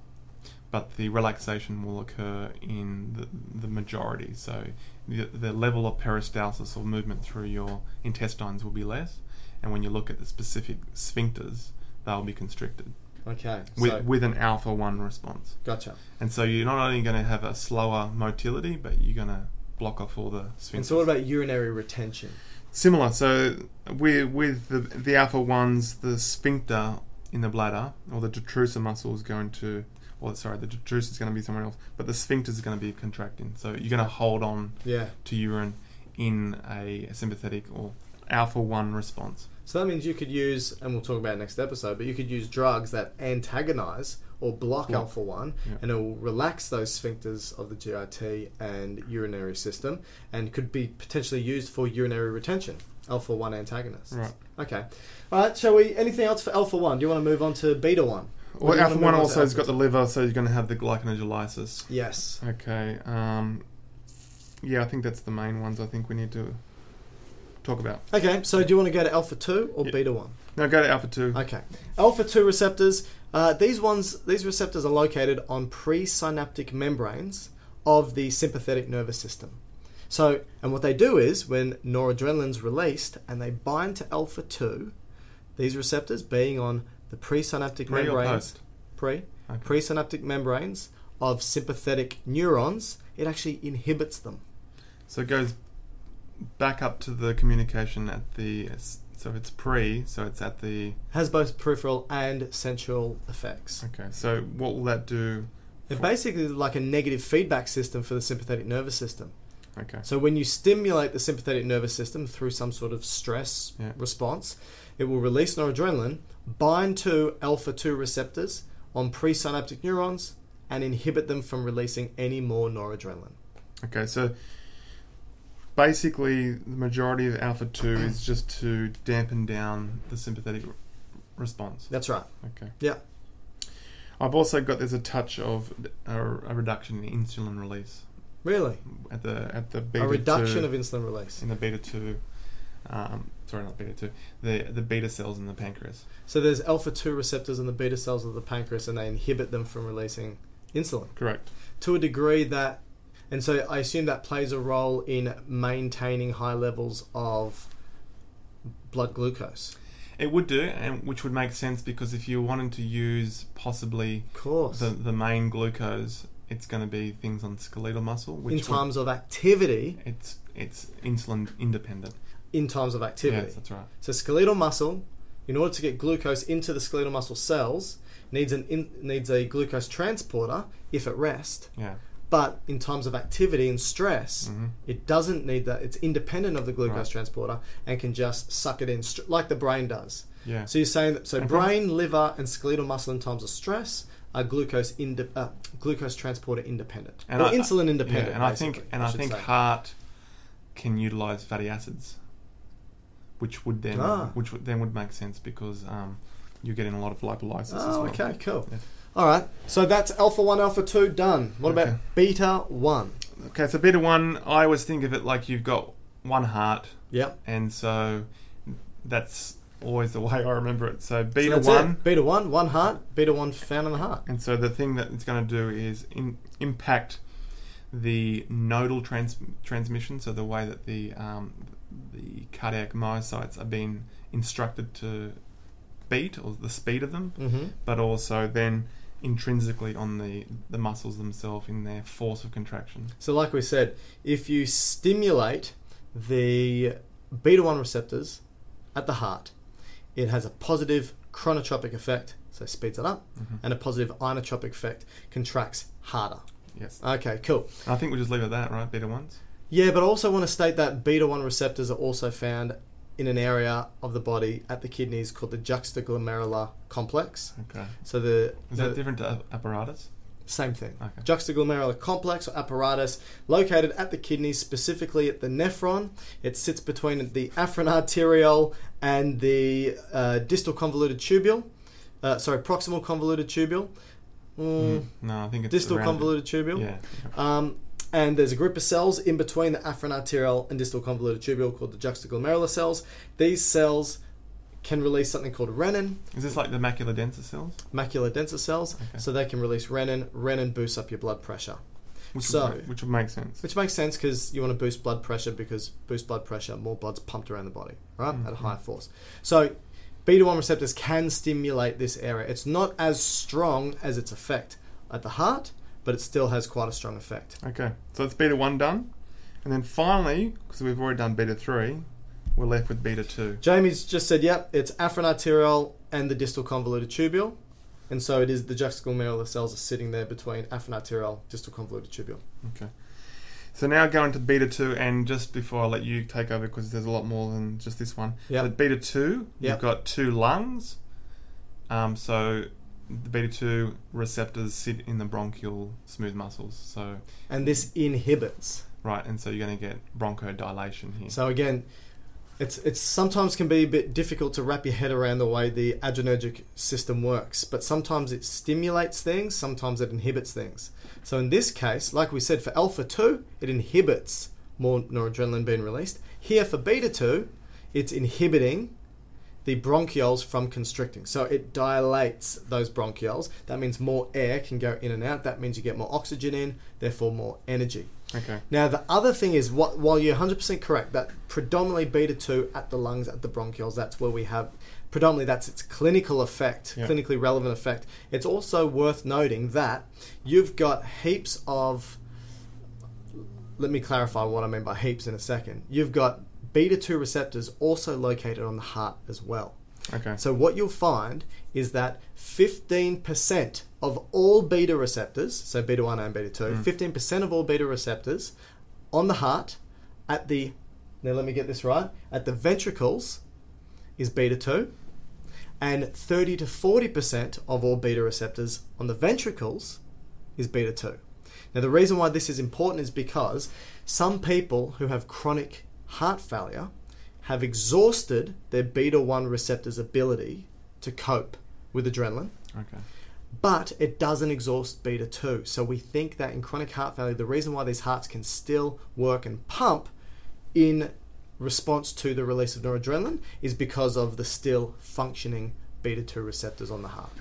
[SPEAKER 3] but the relaxation will occur in the, the majority. So the, the level of peristalsis or movement through your intestines will be less, and when you look at the specific sphincters, they'll be constricted
[SPEAKER 2] Okay.
[SPEAKER 3] with,
[SPEAKER 2] so,
[SPEAKER 3] with an alpha 1 response.
[SPEAKER 2] gotcha.
[SPEAKER 3] And so you're not only going to have a slower motility, but you're going to block off all the sphincters.
[SPEAKER 2] And so what about urinary retention?
[SPEAKER 3] Similar. So we with the, the alpha ones, the sphincter in the bladder or the detrusor muscle is going to, well, sorry, the detrusor is going to be somewhere else, but the sphincter is going to be contracting. So you're going to hold on
[SPEAKER 2] Yeah.
[SPEAKER 3] to urine in a sympathetic or alpha one response.
[SPEAKER 2] So that means you could use, and we'll talk about it next episode, but you could use drugs that antagonize or block alpha 1 and it will relax those sphincters of the GIT and urinary system and could be potentially used for urinary retention. Alpha 1 antagonists.
[SPEAKER 3] Right.
[SPEAKER 2] Okay. All right, shall we? Anything else for alpha 1? Do you want to move on to beta 1?
[SPEAKER 3] Well, alpha one also has got the liver, so you're going to have the glycanolysis.
[SPEAKER 2] Yes.
[SPEAKER 3] Okay. Um, yeah, I think that's the main ones. I think we need to talk about.
[SPEAKER 2] Okay, so do you want to go to alpha 2 or
[SPEAKER 3] Yeah.
[SPEAKER 2] beta 1?
[SPEAKER 3] Now go to alpha two.
[SPEAKER 2] Okay. Alpha two receptors. Uh, these ones, these receptors are located on presynaptic membranes of the sympathetic nervous system. So, and what they do is when noradrenaline's released and they bind to alpha two, these receptors being on the presynaptic
[SPEAKER 3] Pre or
[SPEAKER 2] membranes,
[SPEAKER 3] post?
[SPEAKER 2] pre presynaptic membranes of sympathetic neurons, it actually inhibits them.
[SPEAKER 3] So it goes back up to the communication at the. So if it's pre, so it's at the.
[SPEAKER 2] Has both peripheral and central effects.
[SPEAKER 3] Okay, so what will that do?
[SPEAKER 2] They're basically like a negative feedback system for the sympathetic nervous system.
[SPEAKER 3] Okay.
[SPEAKER 2] So when you stimulate the sympathetic nervous system through some sort of stress
[SPEAKER 3] Yeah.
[SPEAKER 2] response, it will release noradrenaline, bind to alpha 2 receptors on presynaptic neurons, and inhibit them from releasing any more noradrenaline.
[SPEAKER 3] Okay, so basically the majority of alpha 2 is just to dampen down the sympathetic r- response.
[SPEAKER 2] That's right.
[SPEAKER 3] Okay.
[SPEAKER 2] Yeah.
[SPEAKER 3] I've also got there's a touch of a, a reduction in insulin release
[SPEAKER 2] Really?
[SPEAKER 3] at the at the beta
[SPEAKER 2] a reduction
[SPEAKER 3] 2,
[SPEAKER 2] of insulin release.
[SPEAKER 3] in the beta 2 Um, sorry, not beta two. The the beta cells in the pancreas.
[SPEAKER 2] So there's alpha two receptors in the beta cells of the pancreas, and they inhibit them from releasing insulin
[SPEAKER 3] Correct.
[SPEAKER 2] to a degree that, and so I assume that plays a role in maintaining high levels of blood glucose.
[SPEAKER 3] It would do, and which would make sense because if you wanted to use possibly
[SPEAKER 2] Of course,
[SPEAKER 3] the the main glucose, it's going to be things on skeletal muscle, which
[SPEAKER 2] in
[SPEAKER 3] would-
[SPEAKER 2] times of activity,
[SPEAKER 3] it's it's insulin independent.
[SPEAKER 2] in times of activity.
[SPEAKER 3] Yes, that's right.
[SPEAKER 2] So skeletal muscle, in order to get glucose into the skeletal muscle cells, needs an in, needs a glucose transporter if at rest.
[SPEAKER 3] Yeah,
[SPEAKER 2] But in times of activity and stress, it doesn't need that. It's independent of the glucose
[SPEAKER 3] Mm-hmm. Right.
[SPEAKER 2] transporter and can just suck it in, str- like the brain does.
[SPEAKER 3] yeah.
[SPEAKER 2] So you're saying that so
[SPEAKER 3] And prob-
[SPEAKER 2] brain, liver, and skeletal muscle in times of stress are glucose inde- uh, glucose transporter independent or
[SPEAKER 3] I-
[SPEAKER 2] insulin
[SPEAKER 3] yeah,
[SPEAKER 2] independent.
[SPEAKER 3] and I think
[SPEAKER 2] basically,
[SPEAKER 3] and I,
[SPEAKER 2] should
[SPEAKER 3] think
[SPEAKER 2] say.
[SPEAKER 3] heart can utilize fatty acids, which would then
[SPEAKER 2] Ah.
[SPEAKER 3] which would, then would make sense because um, you're getting a lot of lipolysis. as
[SPEAKER 2] Oh,
[SPEAKER 3] well.
[SPEAKER 2] okay, cool.
[SPEAKER 3] Yeah.
[SPEAKER 2] All right. So that's alpha one, alpha two done. What
[SPEAKER 3] Okay.
[SPEAKER 2] about beta one?
[SPEAKER 3] Okay, so beta one, I always think of it like you've got one heart,
[SPEAKER 2] Yep.
[SPEAKER 3] and so that's always the way I remember it. So beta
[SPEAKER 2] That's it.
[SPEAKER 3] one,
[SPEAKER 2] Beta one, one heart. Beta one found in the heart.
[SPEAKER 3] and so the thing that it's going to do is in, impact the nodal trans, transmission, so the way that the um, the cardiac myocytes are being instructed to beat or the speed of them,
[SPEAKER 2] Mm-hmm.
[SPEAKER 3] but also then intrinsically on the the muscles themselves in their force of contraction.
[SPEAKER 2] So, like we said, if you stimulate the beta 1 receptors at the heart, it has a positive chronotropic effect, so speeds it up,
[SPEAKER 3] Mm-hmm.
[SPEAKER 2] and a positive inotropic effect, contracts harder.
[SPEAKER 3] Yes,
[SPEAKER 2] Okay, cool.
[SPEAKER 3] I think we just leave it at that, right? Beta ones.
[SPEAKER 2] Yeah, but I also want to state that beta 1 receptors are also found in an area of the body at the kidneys called the juxtaglomerular complex.
[SPEAKER 3] Okay.
[SPEAKER 2] So, the,
[SPEAKER 3] Is
[SPEAKER 2] the
[SPEAKER 3] that different to ap- apparatus?
[SPEAKER 2] Same thing.
[SPEAKER 3] Okay.
[SPEAKER 2] Juxtaglomerular complex or apparatus located at the kidneys, specifically at the nephron. It sits between the afferent arteriole and the uh, distal convoluted tubule. Uh, sorry, proximal convoluted tubule. Mm,
[SPEAKER 3] No, I think it's
[SPEAKER 2] Distal
[SPEAKER 3] around-
[SPEAKER 2] convoluted tubule.
[SPEAKER 3] Hmm. Yeah.
[SPEAKER 2] Um, and there's a group of cells in between the afferent arteriole and distal convoluted tubule called the juxtaglomerular cells. These cells can release something called renin,
[SPEAKER 3] Is this like the macular denser cells?
[SPEAKER 2] macular denser cells,
[SPEAKER 3] Okay.
[SPEAKER 2] so they can release renin. Renin boosts up your blood pressure.
[SPEAKER 3] Which
[SPEAKER 2] So-
[SPEAKER 3] would, which would make sense.
[SPEAKER 2] Which makes sense because you want to boost blood pressure because boost blood pressure, more blood's pumped around the body, right?
[SPEAKER 3] Mm-hmm.
[SPEAKER 2] At a high force. So beta 1 receptors can stimulate this area. It's not as strong as its effect at the heart, but it still has quite a strong effect.
[SPEAKER 3] Okay, so that's beta one done, and then finally, because we've already done beta three, we're left with beta two.
[SPEAKER 2] Jamie's just said, yep, it's afferent arteriole and the distal convoluted tubule. And so it is the juxtaglomerular cells are sitting there between afferent arteriole, distal convoluted tubule.
[SPEAKER 3] Okay. So now going to beta two, and just before I let you take over, because there's a lot more than just this one.
[SPEAKER 2] Yep.
[SPEAKER 3] But beta two,
[SPEAKER 2] Yep.
[SPEAKER 3] you've got two lungs. Um, so the beta two receptors sit in the bronchial smooth muscles. So
[SPEAKER 2] And this inhibits.
[SPEAKER 3] right, and so you're going to get bronchodilation here.
[SPEAKER 2] So again, it's it's sometimes can be a bit difficult to wrap your head around the way the adrenergic system works, but sometimes it stimulates things, sometimes it inhibits things. So in this case, like we said for alpha two, it inhibits more noradrenaline being released. Here for beta two, it's inhibiting the bronchioles from constricting. So it dilates those bronchioles. That means more air can go in and out. That means you get more oxygen in, therefore more energy.
[SPEAKER 3] okay.
[SPEAKER 2] Now, the other thing is, wh- while you're 100% correct, that predominantly beta 2 at the lungs, at the bronchioles, that's where we have predominantly that's its clinical effect,
[SPEAKER 3] Yeah.
[SPEAKER 2] clinically relevant effect. It's also worth noting that you've got heaps of. Let me clarify what I mean by heaps in a second. You've got beta 2 receptors also located on the heart as well.
[SPEAKER 3] Okay.
[SPEAKER 2] So what you'll find is that 15% of all beta receptors, so beta 1 and beta 2, 15% of all beta receptors on the heart at the now let me get this right, at the ventricles is beta 2 and 30 to 40% of all beta receptors on the ventricles is beta 2. Now, the reason why this is important is because some people who have chronic heart failure have exhausted their beta 1 receptor's ability to cope with adrenaline,
[SPEAKER 3] okay.
[SPEAKER 2] but it doesn't exhaust beta 2. So, we think that in chronic heart failure, the reason why these hearts can still work and pump in response to the release of noradrenaline is because of the still functioning beta 2 receptors on the heart.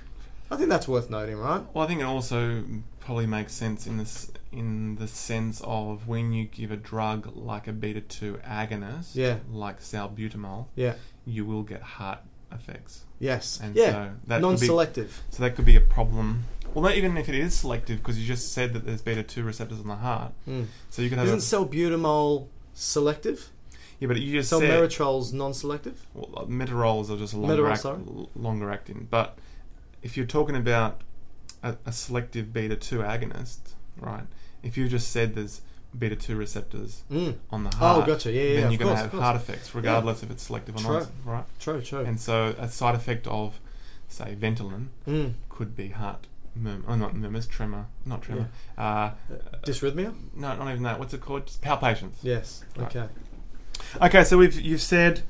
[SPEAKER 2] I think that's worth noting, right?
[SPEAKER 3] Well, I think it also probably makes sense in this in the sense of when you give a drug like a beta two agonist,
[SPEAKER 2] Yeah.
[SPEAKER 3] like salbutamol,
[SPEAKER 2] Yeah.
[SPEAKER 3] you will get heart effects.
[SPEAKER 2] Yes.
[SPEAKER 3] And
[SPEAKER 2] yeah.
[SPEAKER 3] so that could be-
[SPEAKER 2] Non-selective.
[SPEAKER 3] So that could be a problem. Well, not even if it is selective, because you just said that there's beta two receptors on the heart. So you could have
[SPEAKER 2] Hmm. Isn't
[SPEAKER 3] a-
[SPEAKER 2] salbutamol selective?
[SPEAKER 3] yeah, but you just said
[SPEAKER 2] Salmeritrol's non-selective?
[SPEAKER 3] well, metaroles are just longer,
[SPEAKER 2] Metaroles,
[SPEAKER 3] act,
[SPEAKER 2] sorry.
[SPEAKER 3] l- longer acting. But if you're talking about a, a selective beta two agonist, right? If you just said there's beta two receptors
[SPEAKER 2] Mm.
[SPEAKER 3] on the
[SPEAKER 2] Oh,
[SPEAKER 3] heart,
[SPEAKER 2] gotcha. Yeah, yeah,
[SPEAKER 3] then
[SPEAKER 2] of
[SPEAKER 3] you're gonna
[SPEAKER 2] course,
[SPEAKER 3] have
[SPEAKER 2] of course.
[SPEAKER 3] heart effects, regardless if it's selective or
[SPEAKER 2] True.
[SPEAKER 3] not, right?
[SPEAKER 2] True, true.
[SPEAKER 3] And so a side effect of, say, Ventolin
[SPEAKER 2] Mm.
[SPEAKER 3] could be heart murmur, oh, not murmurs, tremor, not tremor. Uh,
[SPEAKER 2] Dysrhythmia?
[SPEAKER 3] no, not even that. What's it called? Just palpitations.
[SPEAKER 2] Yes. Okay.
[SPEAKER 3] Okay, so we've you've said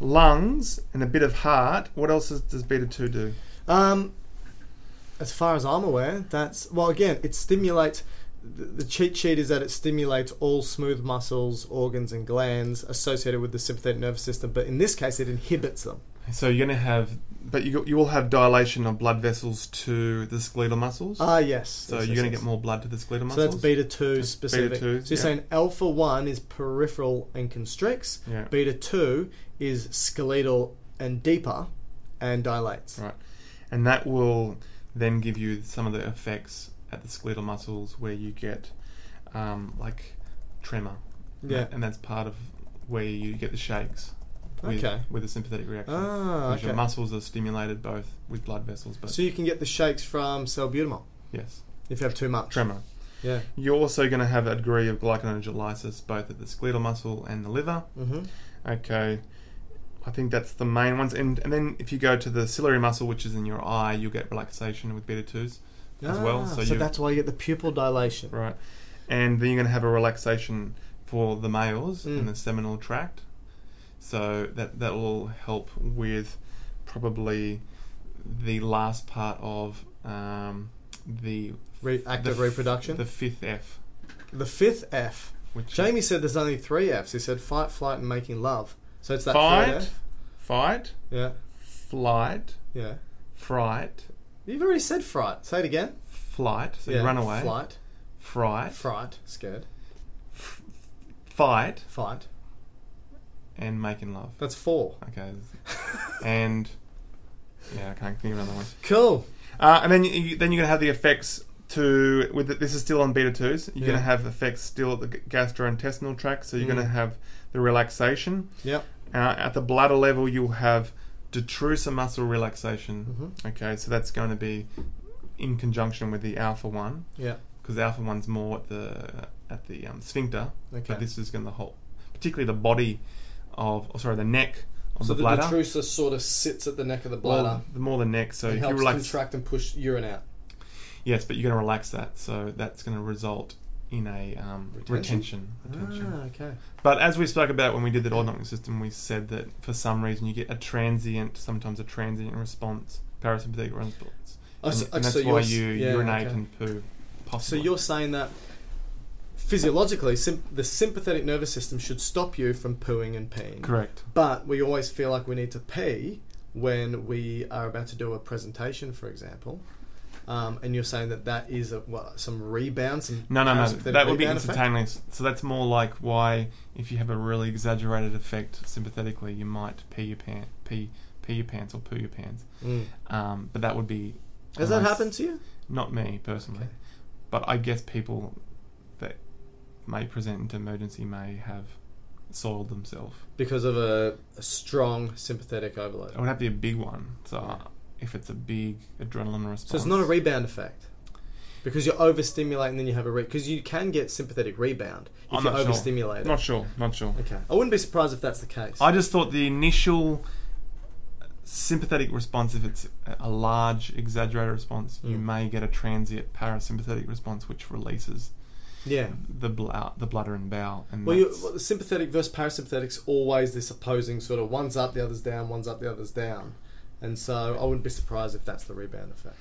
[SPEAKER 3] lungs and a bit of heart. What else is, does beta two do?
[SPEAKER 2] Um, as far as I'm aware, that's well. Again, it stimulates. The, the cheat sheet is that it stimulates all smooth muscles, organs, and glands associated with the sympathetic nervous system. But in this case, it inhibits them.
[SPEAKER 3] So you're going to have, but you you will have dilation of blood vessels to the skeletal muscles.
[SPEAKER 2] Ah, yes.
[SPEAKER 3] so
[SPEAKER 2] yes,
[SPEAKER 3] you're
[SPEAKER 2] yes,
[SPEAKER 3] going to
[SPEAKER 2] yes.
[SPEAKER 3] get more blood to the skeletal
[SPEAKER 2] So
[SPEAKER 3] muscles.
[SPEAKER 2] that's beta two
[SPEAKER 3] That's
[SPEAKER 2] specific.
[SPEAKER 3] beta 2,
[SPEAKER 2] so you're
[SPEAKER 3] yeah.
[SPEAKER 2] saying alpha one is peripheral and constricts.
[SPEAKER 3] Yeah.
[SPEAKER 2] Beta two is skeletal and deeper, and dilates.
[SPEAKER 3] Right, and that will then give you some of the effects at the skeletal muscles where you get um, like tremor.
[SPEAKER 2] Yeah.
[SPEAKER 3] and that's part of where you get the shakes. With,
[SPEAKER 2] Okay.
[SPEAKER 3] with a sympathetic reaction,
[SPEAKER 2] Ah,
[SPEAKER 3] Because your
[SPEAKER 2] okay.
[SPEAKER 3] muscles are stimulated both with blood vessels, but
[SPEAKER 2] So you can get the shakes from salbutamol
[SPEAKER 3] yes,
[SPEAKER 2] if you have too much.
[SPEAKER 3] tremor.
[SPEAKER 2] Yeah.
[SPEAKER 3] You're also going to have a degree of glycogenolysis both at the skeletal muscle and the liver.
[SPEAKER 2] Mm-hmm.
[SPEAKER 3] Okay, I think that's the main ones. And and then if you go to the ciliary muscle, which is in your eye, you'll get relaxation with beta twos as well.
[SPEAKER 2] Ah,
[SPEAKER 3] So,
[SPEAKER 2] So,
[SPEAKER 3] you
[SPEAKER 2] that's why you get the pupil dilation.
[SPEAKER 3] right, and then you're going to have a relaxation for the males
[SPEAKER 2] Mm.
[SPEAKER 3] in the seminal tract. So that that will help with probably the last part of um, the
[SPEAKER 2] Re- active
[SPEAKER 3] the f-
[SPEAKER 2] reproduction.
[SPEAKER 3] the fifth F.
[SPEAKER 2] The fifth F.
[SPEAKER 3] Which is-
[SPEAKER 2] Jamie said there's only three Fs. He said fight, flight, and making love. So it's that third
[SPEAKER 3] fight,
[SPEAKER 2] F.
[SPEAKER 3] fight,
[SPEAKER 2] Yeah.
[SPEAKER 3] flight,
[SPEAKER 2] Yeah.
[SPEAKER 3] fright,
[SPEAKER 2] You've already said fright. Say it again.
[SPEAKER 3] flight. So
[SPEAKER 2] yeah.
[SPEAKER 3] you run away.
[SPEAKER 2] Flight.
[SPEAKER 3] Fright,
[SPEAKER 2] Fright. Scared.
[SPEAKER 3] fight,
[SPEAKER 2] Fight.
[SPEAKER 3] and making love.
[SPEAKER 2] That's four.
[SPEAKER 3] Okay. and yeah, I can't think of another one.
[SPEAKER 2] Cool.
[SPEAKER 3] Uh, and then you- you, then you're gonna have the effects to with the, this is still on beta twos. You're
[SPEAKER 2] Yeah. Mm.
[SPEAKER 3] gonna have effects still at the g- gastrointestinal tract. So you're gonna have the relaxation.
[SPEAKER 2] Yep.
[SPEAKER 3] Uh, at the bladder level, you'll have detrusor muscle relaxation.
[SPEAKER 2] Mm-hmm.
[SPEAKER 3] Okay, so that's going to be in conjunction with the alpha one.
[SPEAKER 2] Yeah.
[SPEAKER 3] because alpha one's more at the at the um, sphincter.
[SPEAKER 2] Okay.
[SPEAKER 3] But this is going to whole, particularly the body of, oh, sorry, the neck of
[SPEAKER 2] So
[SPEAKER 3] the
[SPEAKER 2] the,
[SPEAKER 3] bladder.
[SPEAKER 2] detrusor sort of sits at the neck of the
[SPEAKER 3] Well,
[SPEAKER 2] bladder.
[SPEAKER 3] the more the neck. So
[SPEAKER 2] and
[SPEAKER 3] if you
[SPEAKER 2] helps
[SPEAKER 3] relax,
[SPEAKER 2] contract and push urine out.
[SPEAKER 3] yes, but you're going to relax that. So that's going to result in a um,
[SPEAKER 2] Retention?
[SPEAKER 3] retention. retention.
[SPEAKER 2] Ah, okay.
[SPEAKER 3] But as we spoke about when we did the autonomic system, we said that for some reason you get a transient, sometimes a transient response, parasympathetic response,
[SPEAKER 2] Oh,
[SPEAKER 3] and,
[SPEAKER 2] so- oh,
[SPEAKER 3] and that's
[SPEAKER 2] so
[SPEAKER 3] why
[SPEAKER 2] you're s-
[SPEAKER 3] you
[SPEAKER 2] yeah,
[SPEAKER 3] urinate
[SPEAKER 2] okay.
[SPEAKER 3] and poo.
[SPEAKER 2] So
[SPEAKER 3] Possibly.
[SPEAKER 2] you're saying that physiologically, sym- the sympathetic nervous system should stop you from pooing and peeing.
[SPEAKER 3] correct.
[SPEAKER 2] But we always feel like we need to pee when we are about to do a presentation, for example. Um, and you're saying that that is a, what, some rebound, some
[SPEAKER 3] No, no, no.
[SPEAKER 2] parasympathetic
[SPEAKER 3] That would be
[SPEAKER 2] rebound effect?
[SPEAKER 3] instantaneous. So that's more like why, if you have a really exaggerated effect sympathetically, you might pee your pants, pee, pee your pants, or poo your pants.
[SPEAKER 2] Mm.
[SPEAKER 3] Um, but that would be.
[SPEAKER 2] Has that
[SPEAKER 3] almost-
[SPEAKER 2] happened to you?
[SPEAKER 3] Not me personally,
[SPEAKER 2] Okay.
[SPEAKER 3] but I guess people that may present into emergency may have soiled themselves.
[SPEAKER 2] Because of a, a strong sympathetic
[SPEAKER 3] It
[SPEAKER 2] overload.
[SPEAKER 3] would have to be a big one. So uh, if it's a big adrenaline response,
[SPEAKER 2] So it's not a rebound effect. Because you're overstimulating, then you have a re. Because you can get sympathetic rebound if
[SPEAKER 3] I'm
[SPEAKER 2] you're
[SPEAKER 3] not
[SPEAKER 2] overstimulated.
[SPEAKER 3] Sure. Not sure. Not sure.
[SPEAKER 2] Okay. I wouldn't be surprised if that's the case.
[SPEAKER 3] I just thought the initial sympathetic response, if it's a- a large, exaggerated response, you
[SPEAKER 2] Mm.
[SPEAKER 3] may get a transient parasympathetic response, which releases
[SPEAKER 2] yeah.
[SPEAKER 3] the bla- the bladder and bowel. And
[SPEAKER 2] Well, you,
[SPEAKER 3] that's-
[SPEAKER 2] well, the sympathetic versus parasympathetic's always this opposing sort of one's up, the other's down, one's up, the other's down. And so I wouldn't be surprised if that's the rebound effect.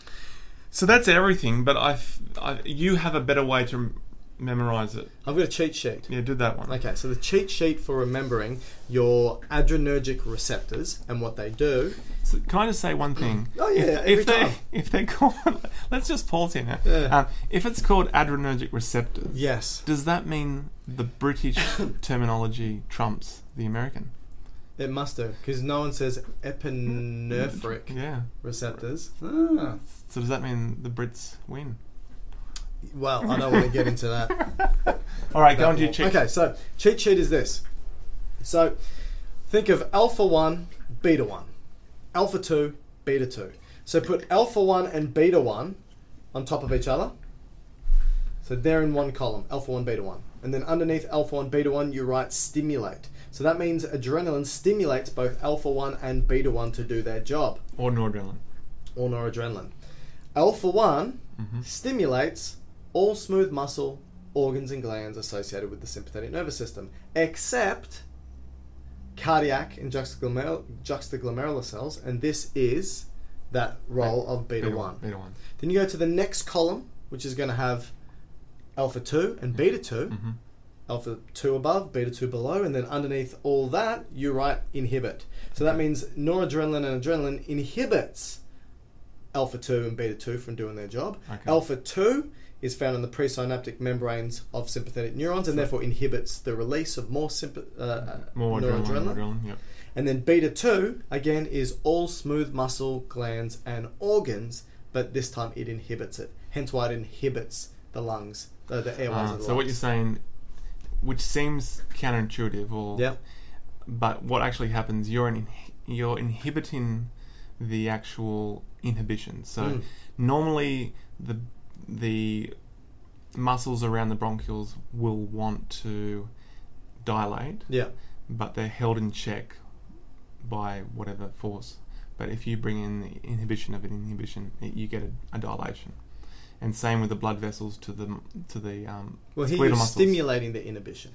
[SPEAKER 3] so that's everything. But I, f- I- you have a better way to memorize it.
[SPEAKER 2] I've got a cheat sheet.
[SPEAKER 3] Yeah, do that one.
[SPEAKER 2] Okay, so the cheat sheet for remembering your adrenergic receptors and what they do.
[SPEAKER 3] So can I just say one thing?
[SPEAKER 2] Oh, yeah,
[SPEAKER 3] if,
[SPEAKER 2] every
[SPEAKER 3] if they
[SPEAKER 2] time.
[SPEAKER 3] if they're called, let's just pause here now.
[SPEAKER 2] Yeah.
[SPEAKER 3] Um, if it's called adrenergic receptors,
[SPEAKER 2] Yes,
[SPEAKER 3] does that mean the British terminology trumps the American?
[SPEAKER 2] it must do because no one says epinephric
[SPEAKER 3] Yeah.
[SPEAKER 2] receptors. Ah.
[SPEAKER 3] So does that mean the Brits win?
[SPEAKER 2] Well, I don't want to get into that.
[SPEAKER 3] All right, go on to your cheat.
[SPEAKER 2] Okay, so cheat sheet is this. So think of alpha 1, beta 1, alpha 2, beta 2. So put alpha 1 and beta 1 on top of each other. So they're in one column, alpha 1, beta 1. And then underneath alpha 1, beta 1, you write stimulate. So that means adrenaline stimulates both alpha 1 and beta 1 to do their job,
[SPEAKER 3] Or noradrenaline.
[SPEAKER 2] or noradrenaline. Alpha one stimulates all smooth muscle, organs, and glands associated with the sympathetic nervous system, except cardiac and juxtaglomer- juxtaglomerular cells, and this is that role of beta,
[SPEAKER 3] Beta
[SPEAKER 2] one.
[SPEAKER 3] Beta one.
[SPEAKER 2] Then you go to the next column, which is going to have alpha 2 and beta 2.
[SPEAKER 3] Mm-hmm.
[SPEAKER 2] Alpha 2 above, beta 2 below, and then underneath all that, you write inhibit. So that means noradrenaline and adrenaline inhibits alpha 2 and beta 2 from doing their job. Alpha 2 is found in the presynaptic membranes of sympathetic neurons and therefore inhibits the release of more sympa- uh, uh,
[SPEAKER 3] More adrenaline.
[SPEAKER 2] noradrenaline.
[SPEAKER 3] noradrenaline, Yep.
[SPEAKER 2] And then beta 2, again, is all smooth muscle, glands, and organs, but this time it inhibits it. Hence why it inhibits the lungs, uh, the, the airways
[SPEAKER 3] Ah,
[SPEAKER 2] of the
[SPEAKER 3] so what you're
[SPEAKER 2] lungs.
[SPEAKER 3] saying, which seems counterintuitive, or
[SPEAKER 2] Yep.
[SPEAKER 3] but what actually happens you're in, you're inhibiting the actual inhibition so
[SPEAKER 2] Hmm.
[SPEAKER 3] normally the the muscles around the bronchioles will want to dilate
[SPEAKER 2] Yeah.
[SPEAKER 3] but they're held in check by whatever force but if you bring in the inhibition of an inhibition it, you get a, a dilation and same with the blood vessels to the to the um,
[SPEAKER 2] Well, here
[SPEAKER 3] skeletal
[SPEAKER 2] you're
[SPEAKER 3] muscles.
[SPEAKER 2] stimulating the inhibition.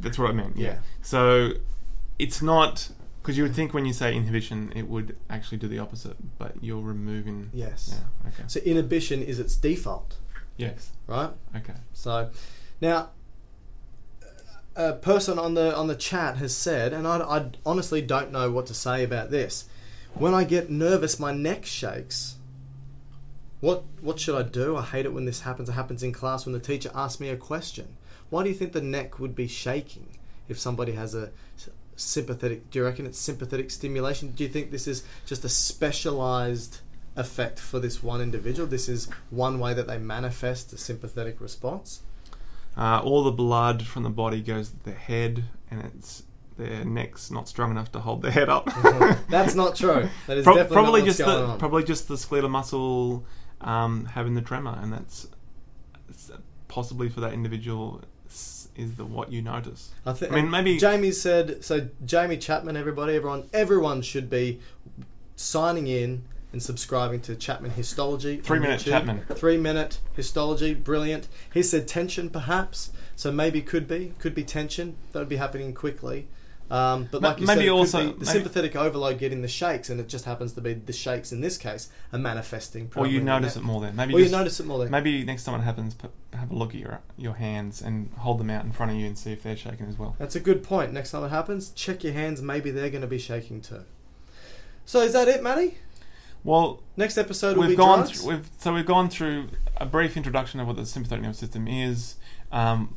[SPEAKER 3] That's what I meant. Yeah.
[SPEAKER 2] Yeah.
[SPEAKER 3] So it's not because you would think when you say inhibition, it would actually do the opposite, but you're removing.
[SPEAKER 2] Yes.
[SPEAKER 3] Yeah. Okay.
[SPEAKER 2] So inhibition is its default,
[SPEAKER 3] yes.
[SPEAKER 2] right?
[SPEAKER 3] Okay.
[SPEAKER 2] So, now, a person on the on the chat has said, and I, I honestly don't know what to say about this. When I get nervous, my neck shakes. What what should I do? I hate it when this happens. It happens in class when the teacher asks me a question. Why do you think the neck would be shaking if somebody has a s- sympathetic? Do you reckon it's sympathetic stimulation? Do you think this is just a specialized effect for this one individual? This is one way that they manifest a sympathetic response.
[SPEAKER 3] Uh, all the blood from the body goes to the head, and it's their neck's not strong enough to hold their head up.
[SPEAKER 2] That's not true. That is
[SPEAKER 3] Pro-
[SPEAKER 2] definitely
[SPEAKER 3] probably
[SPEAKER 2] not what's
[SPEAKER 3] just
[SPEAKER 2] going
[SPEAKER 3] the
[SPEAKER 2] on.
[SPEAKER 3] probably just the skeletal muscle um, having the tremor, and that's, it's possibly for that individual s- is the what you notice.
[SPEAKER 2] I, think,
[SPEAKER 3] I mean, maybe-
[SPEAKER 2] Jamie said so. Jamie Chapman, everybody, everyone, everyone should be signing in and subscribing to Chapman Histology. on
[SPEAKER 3] Three Minute
[SPEAKER 2] YouTube.
[SPEAKER 3] Chapman.
[SPEAKER 2] Three minute histology, brilliant. He said tension, perhaps. So maybe could be could be tension that would be happening quickly. Um, but
[SPEAKER 3] Ma-
[SPEAKER 2] like you
[SPEAKER 3] maybe
[SPEAKER 2] said, it could
[SPEAKER 3] also-
[SPEAKER 2] be the
[SPEAKER 3] maybe-
[SPEAKER 2] sympathetic overload getting the shakes, and it just happens to be the shakes in this case are manifesting.
[SPEAKER 3] Or
[SPEAKER 2] probably
[SPEAKER 3] you
[SPEAKER 2] in the
[SPEAKER 3] notice
[SPEAKER 2] neck.
[SPEAKER 3] it more then. Maybe
[SPEAKER 2] Or you
[SPEAKER 3] just-
[SPEAKER 2] notice it more then.
[SPEAKER 3] Maybe next time it happens, put, have a look at your your hands and hold them out in front of you and see if they're shaking as well.
[SPEAKER 2] That's a good point. Next time it happens, check your hands. Maybe they're going to be shaking too. So is that it, Matty?
[SPEAKER 3] Well,
[SPEAKER 2] Next episode will
[SPEAKER 3] we've
[SPEAKER 2] be
[SPEAKER 3] gone
[SPEAKER 2] drugs?
[SPEAKER 3] through, we've so we've gone through a brief introduction of what the sympathetic nervous system is, um,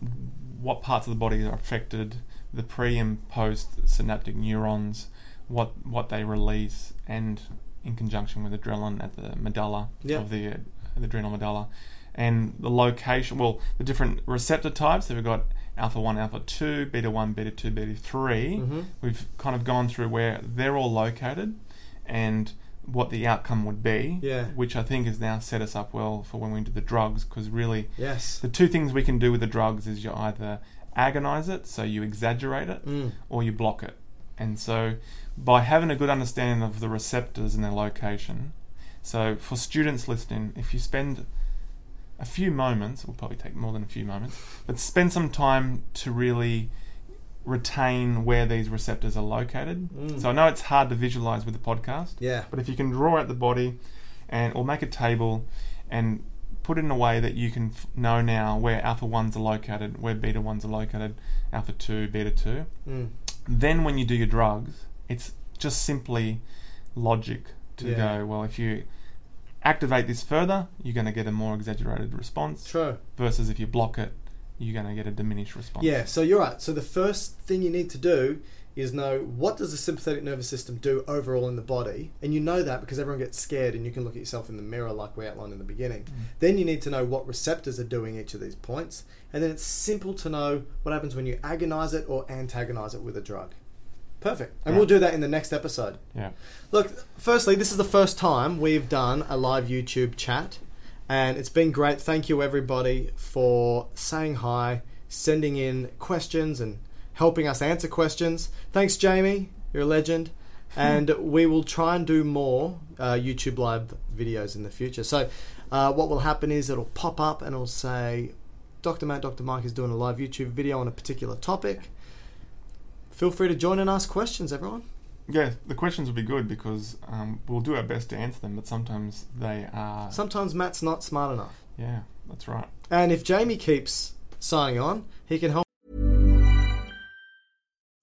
[SPEAKER 3] what parts of the body are affected, the pre and post synaptic neurons, what what they release, and in conjunction with adrenaline at the medulla
[SPEAKER 2] Yeah.
[SPEAKER 3] of the, uh, the adrenal medulla, and the location. Well, the different receptor types. So we've got alpha one, alpha two, beta one, beta two, beta 3
[SPEAKER 2] Mm-hmm.
[SPEAKER 3] we We've kind of gone through where they're all located, and what the outcome would be
[SPEAKER 2] Yeah.
[SPEAKER 3] which I think has now set us up well for when we do the drugs, because really,
[SPEAKER 2] Yes.
[SPEAKER 3] the two things we can do with the drugs is you either agonize it, so you exaggerate it,
[SPEAKER 2] Mm.
[SPEAKER 3] or you block it. And so, by having a good understanding of the receptors and their location, so for students listening, if you spend a few moments, it will probably take more than a few moments, but spend some time to really retain where these receptors are located. So I know it's hard to visualize with the podcast,
[SPEAKER 2] Mm. Yeah.
[SPEAKER 3] but if you can draw out the body and or make a table and put in a way that you can f- know now where alpha 1s are located, where beta 1s are located, alpha 2, beta 2.
[SPEAKER 2] Mm.
[SPEAKER 3] Then when you do your drugs, it's just simply logic to
[SPEAKER 2] Yeah.
[SPEAKER 3] go, well, if you activate this further, you're going to get a more exaggerated response.
[SPEAKER 2] True.
[SPEAKER 3] Versus if you block it, you're going to get a diminished response.
[SPEAKER 2] Yeah, so you're right. So the first thing you need to do is know what does the sympathetic nervous system do overall in the body, and you know that because everyone gets scared and you can look at yourself in the mirror like we outlined in the beginning.
[SPEAKER 3] Mm.
[SPEAKER 2] Then you need to know what receptors are doing each of these points, and then it's simple to know what happens when you agonize it or antagonize it with a drug. Perfect. And we'll do that in the next episode.
[SPEAKER 3] Yeah.
[SPEAKER 2] Look, firstly, this is the first time we've done a live YouTube chat, and it's been great. Thank you, everybody, for saying hi, sending in questions, and helping us answer questions. Thanks, Jamie. You're a legend. And we will try and do more uh, YouTube live videos in the future. So, uh, what will happen is it'll pop up and it'll say, Dr. Matt, Dr. Mike is doing a live YouTube video on a particular topic. Feel free to join and ask questions, everyone.
[SPEAKER 3] Yeah, the questions will be good because um, we'll do our best to answer them, but sometimes they are.
[SPEAKER 2] Sometimes Matt's not smart enough.
[SPEAKER 3] yeah, that's right.
[SPEAKER 2] And if Jamie keeps signing on, he can help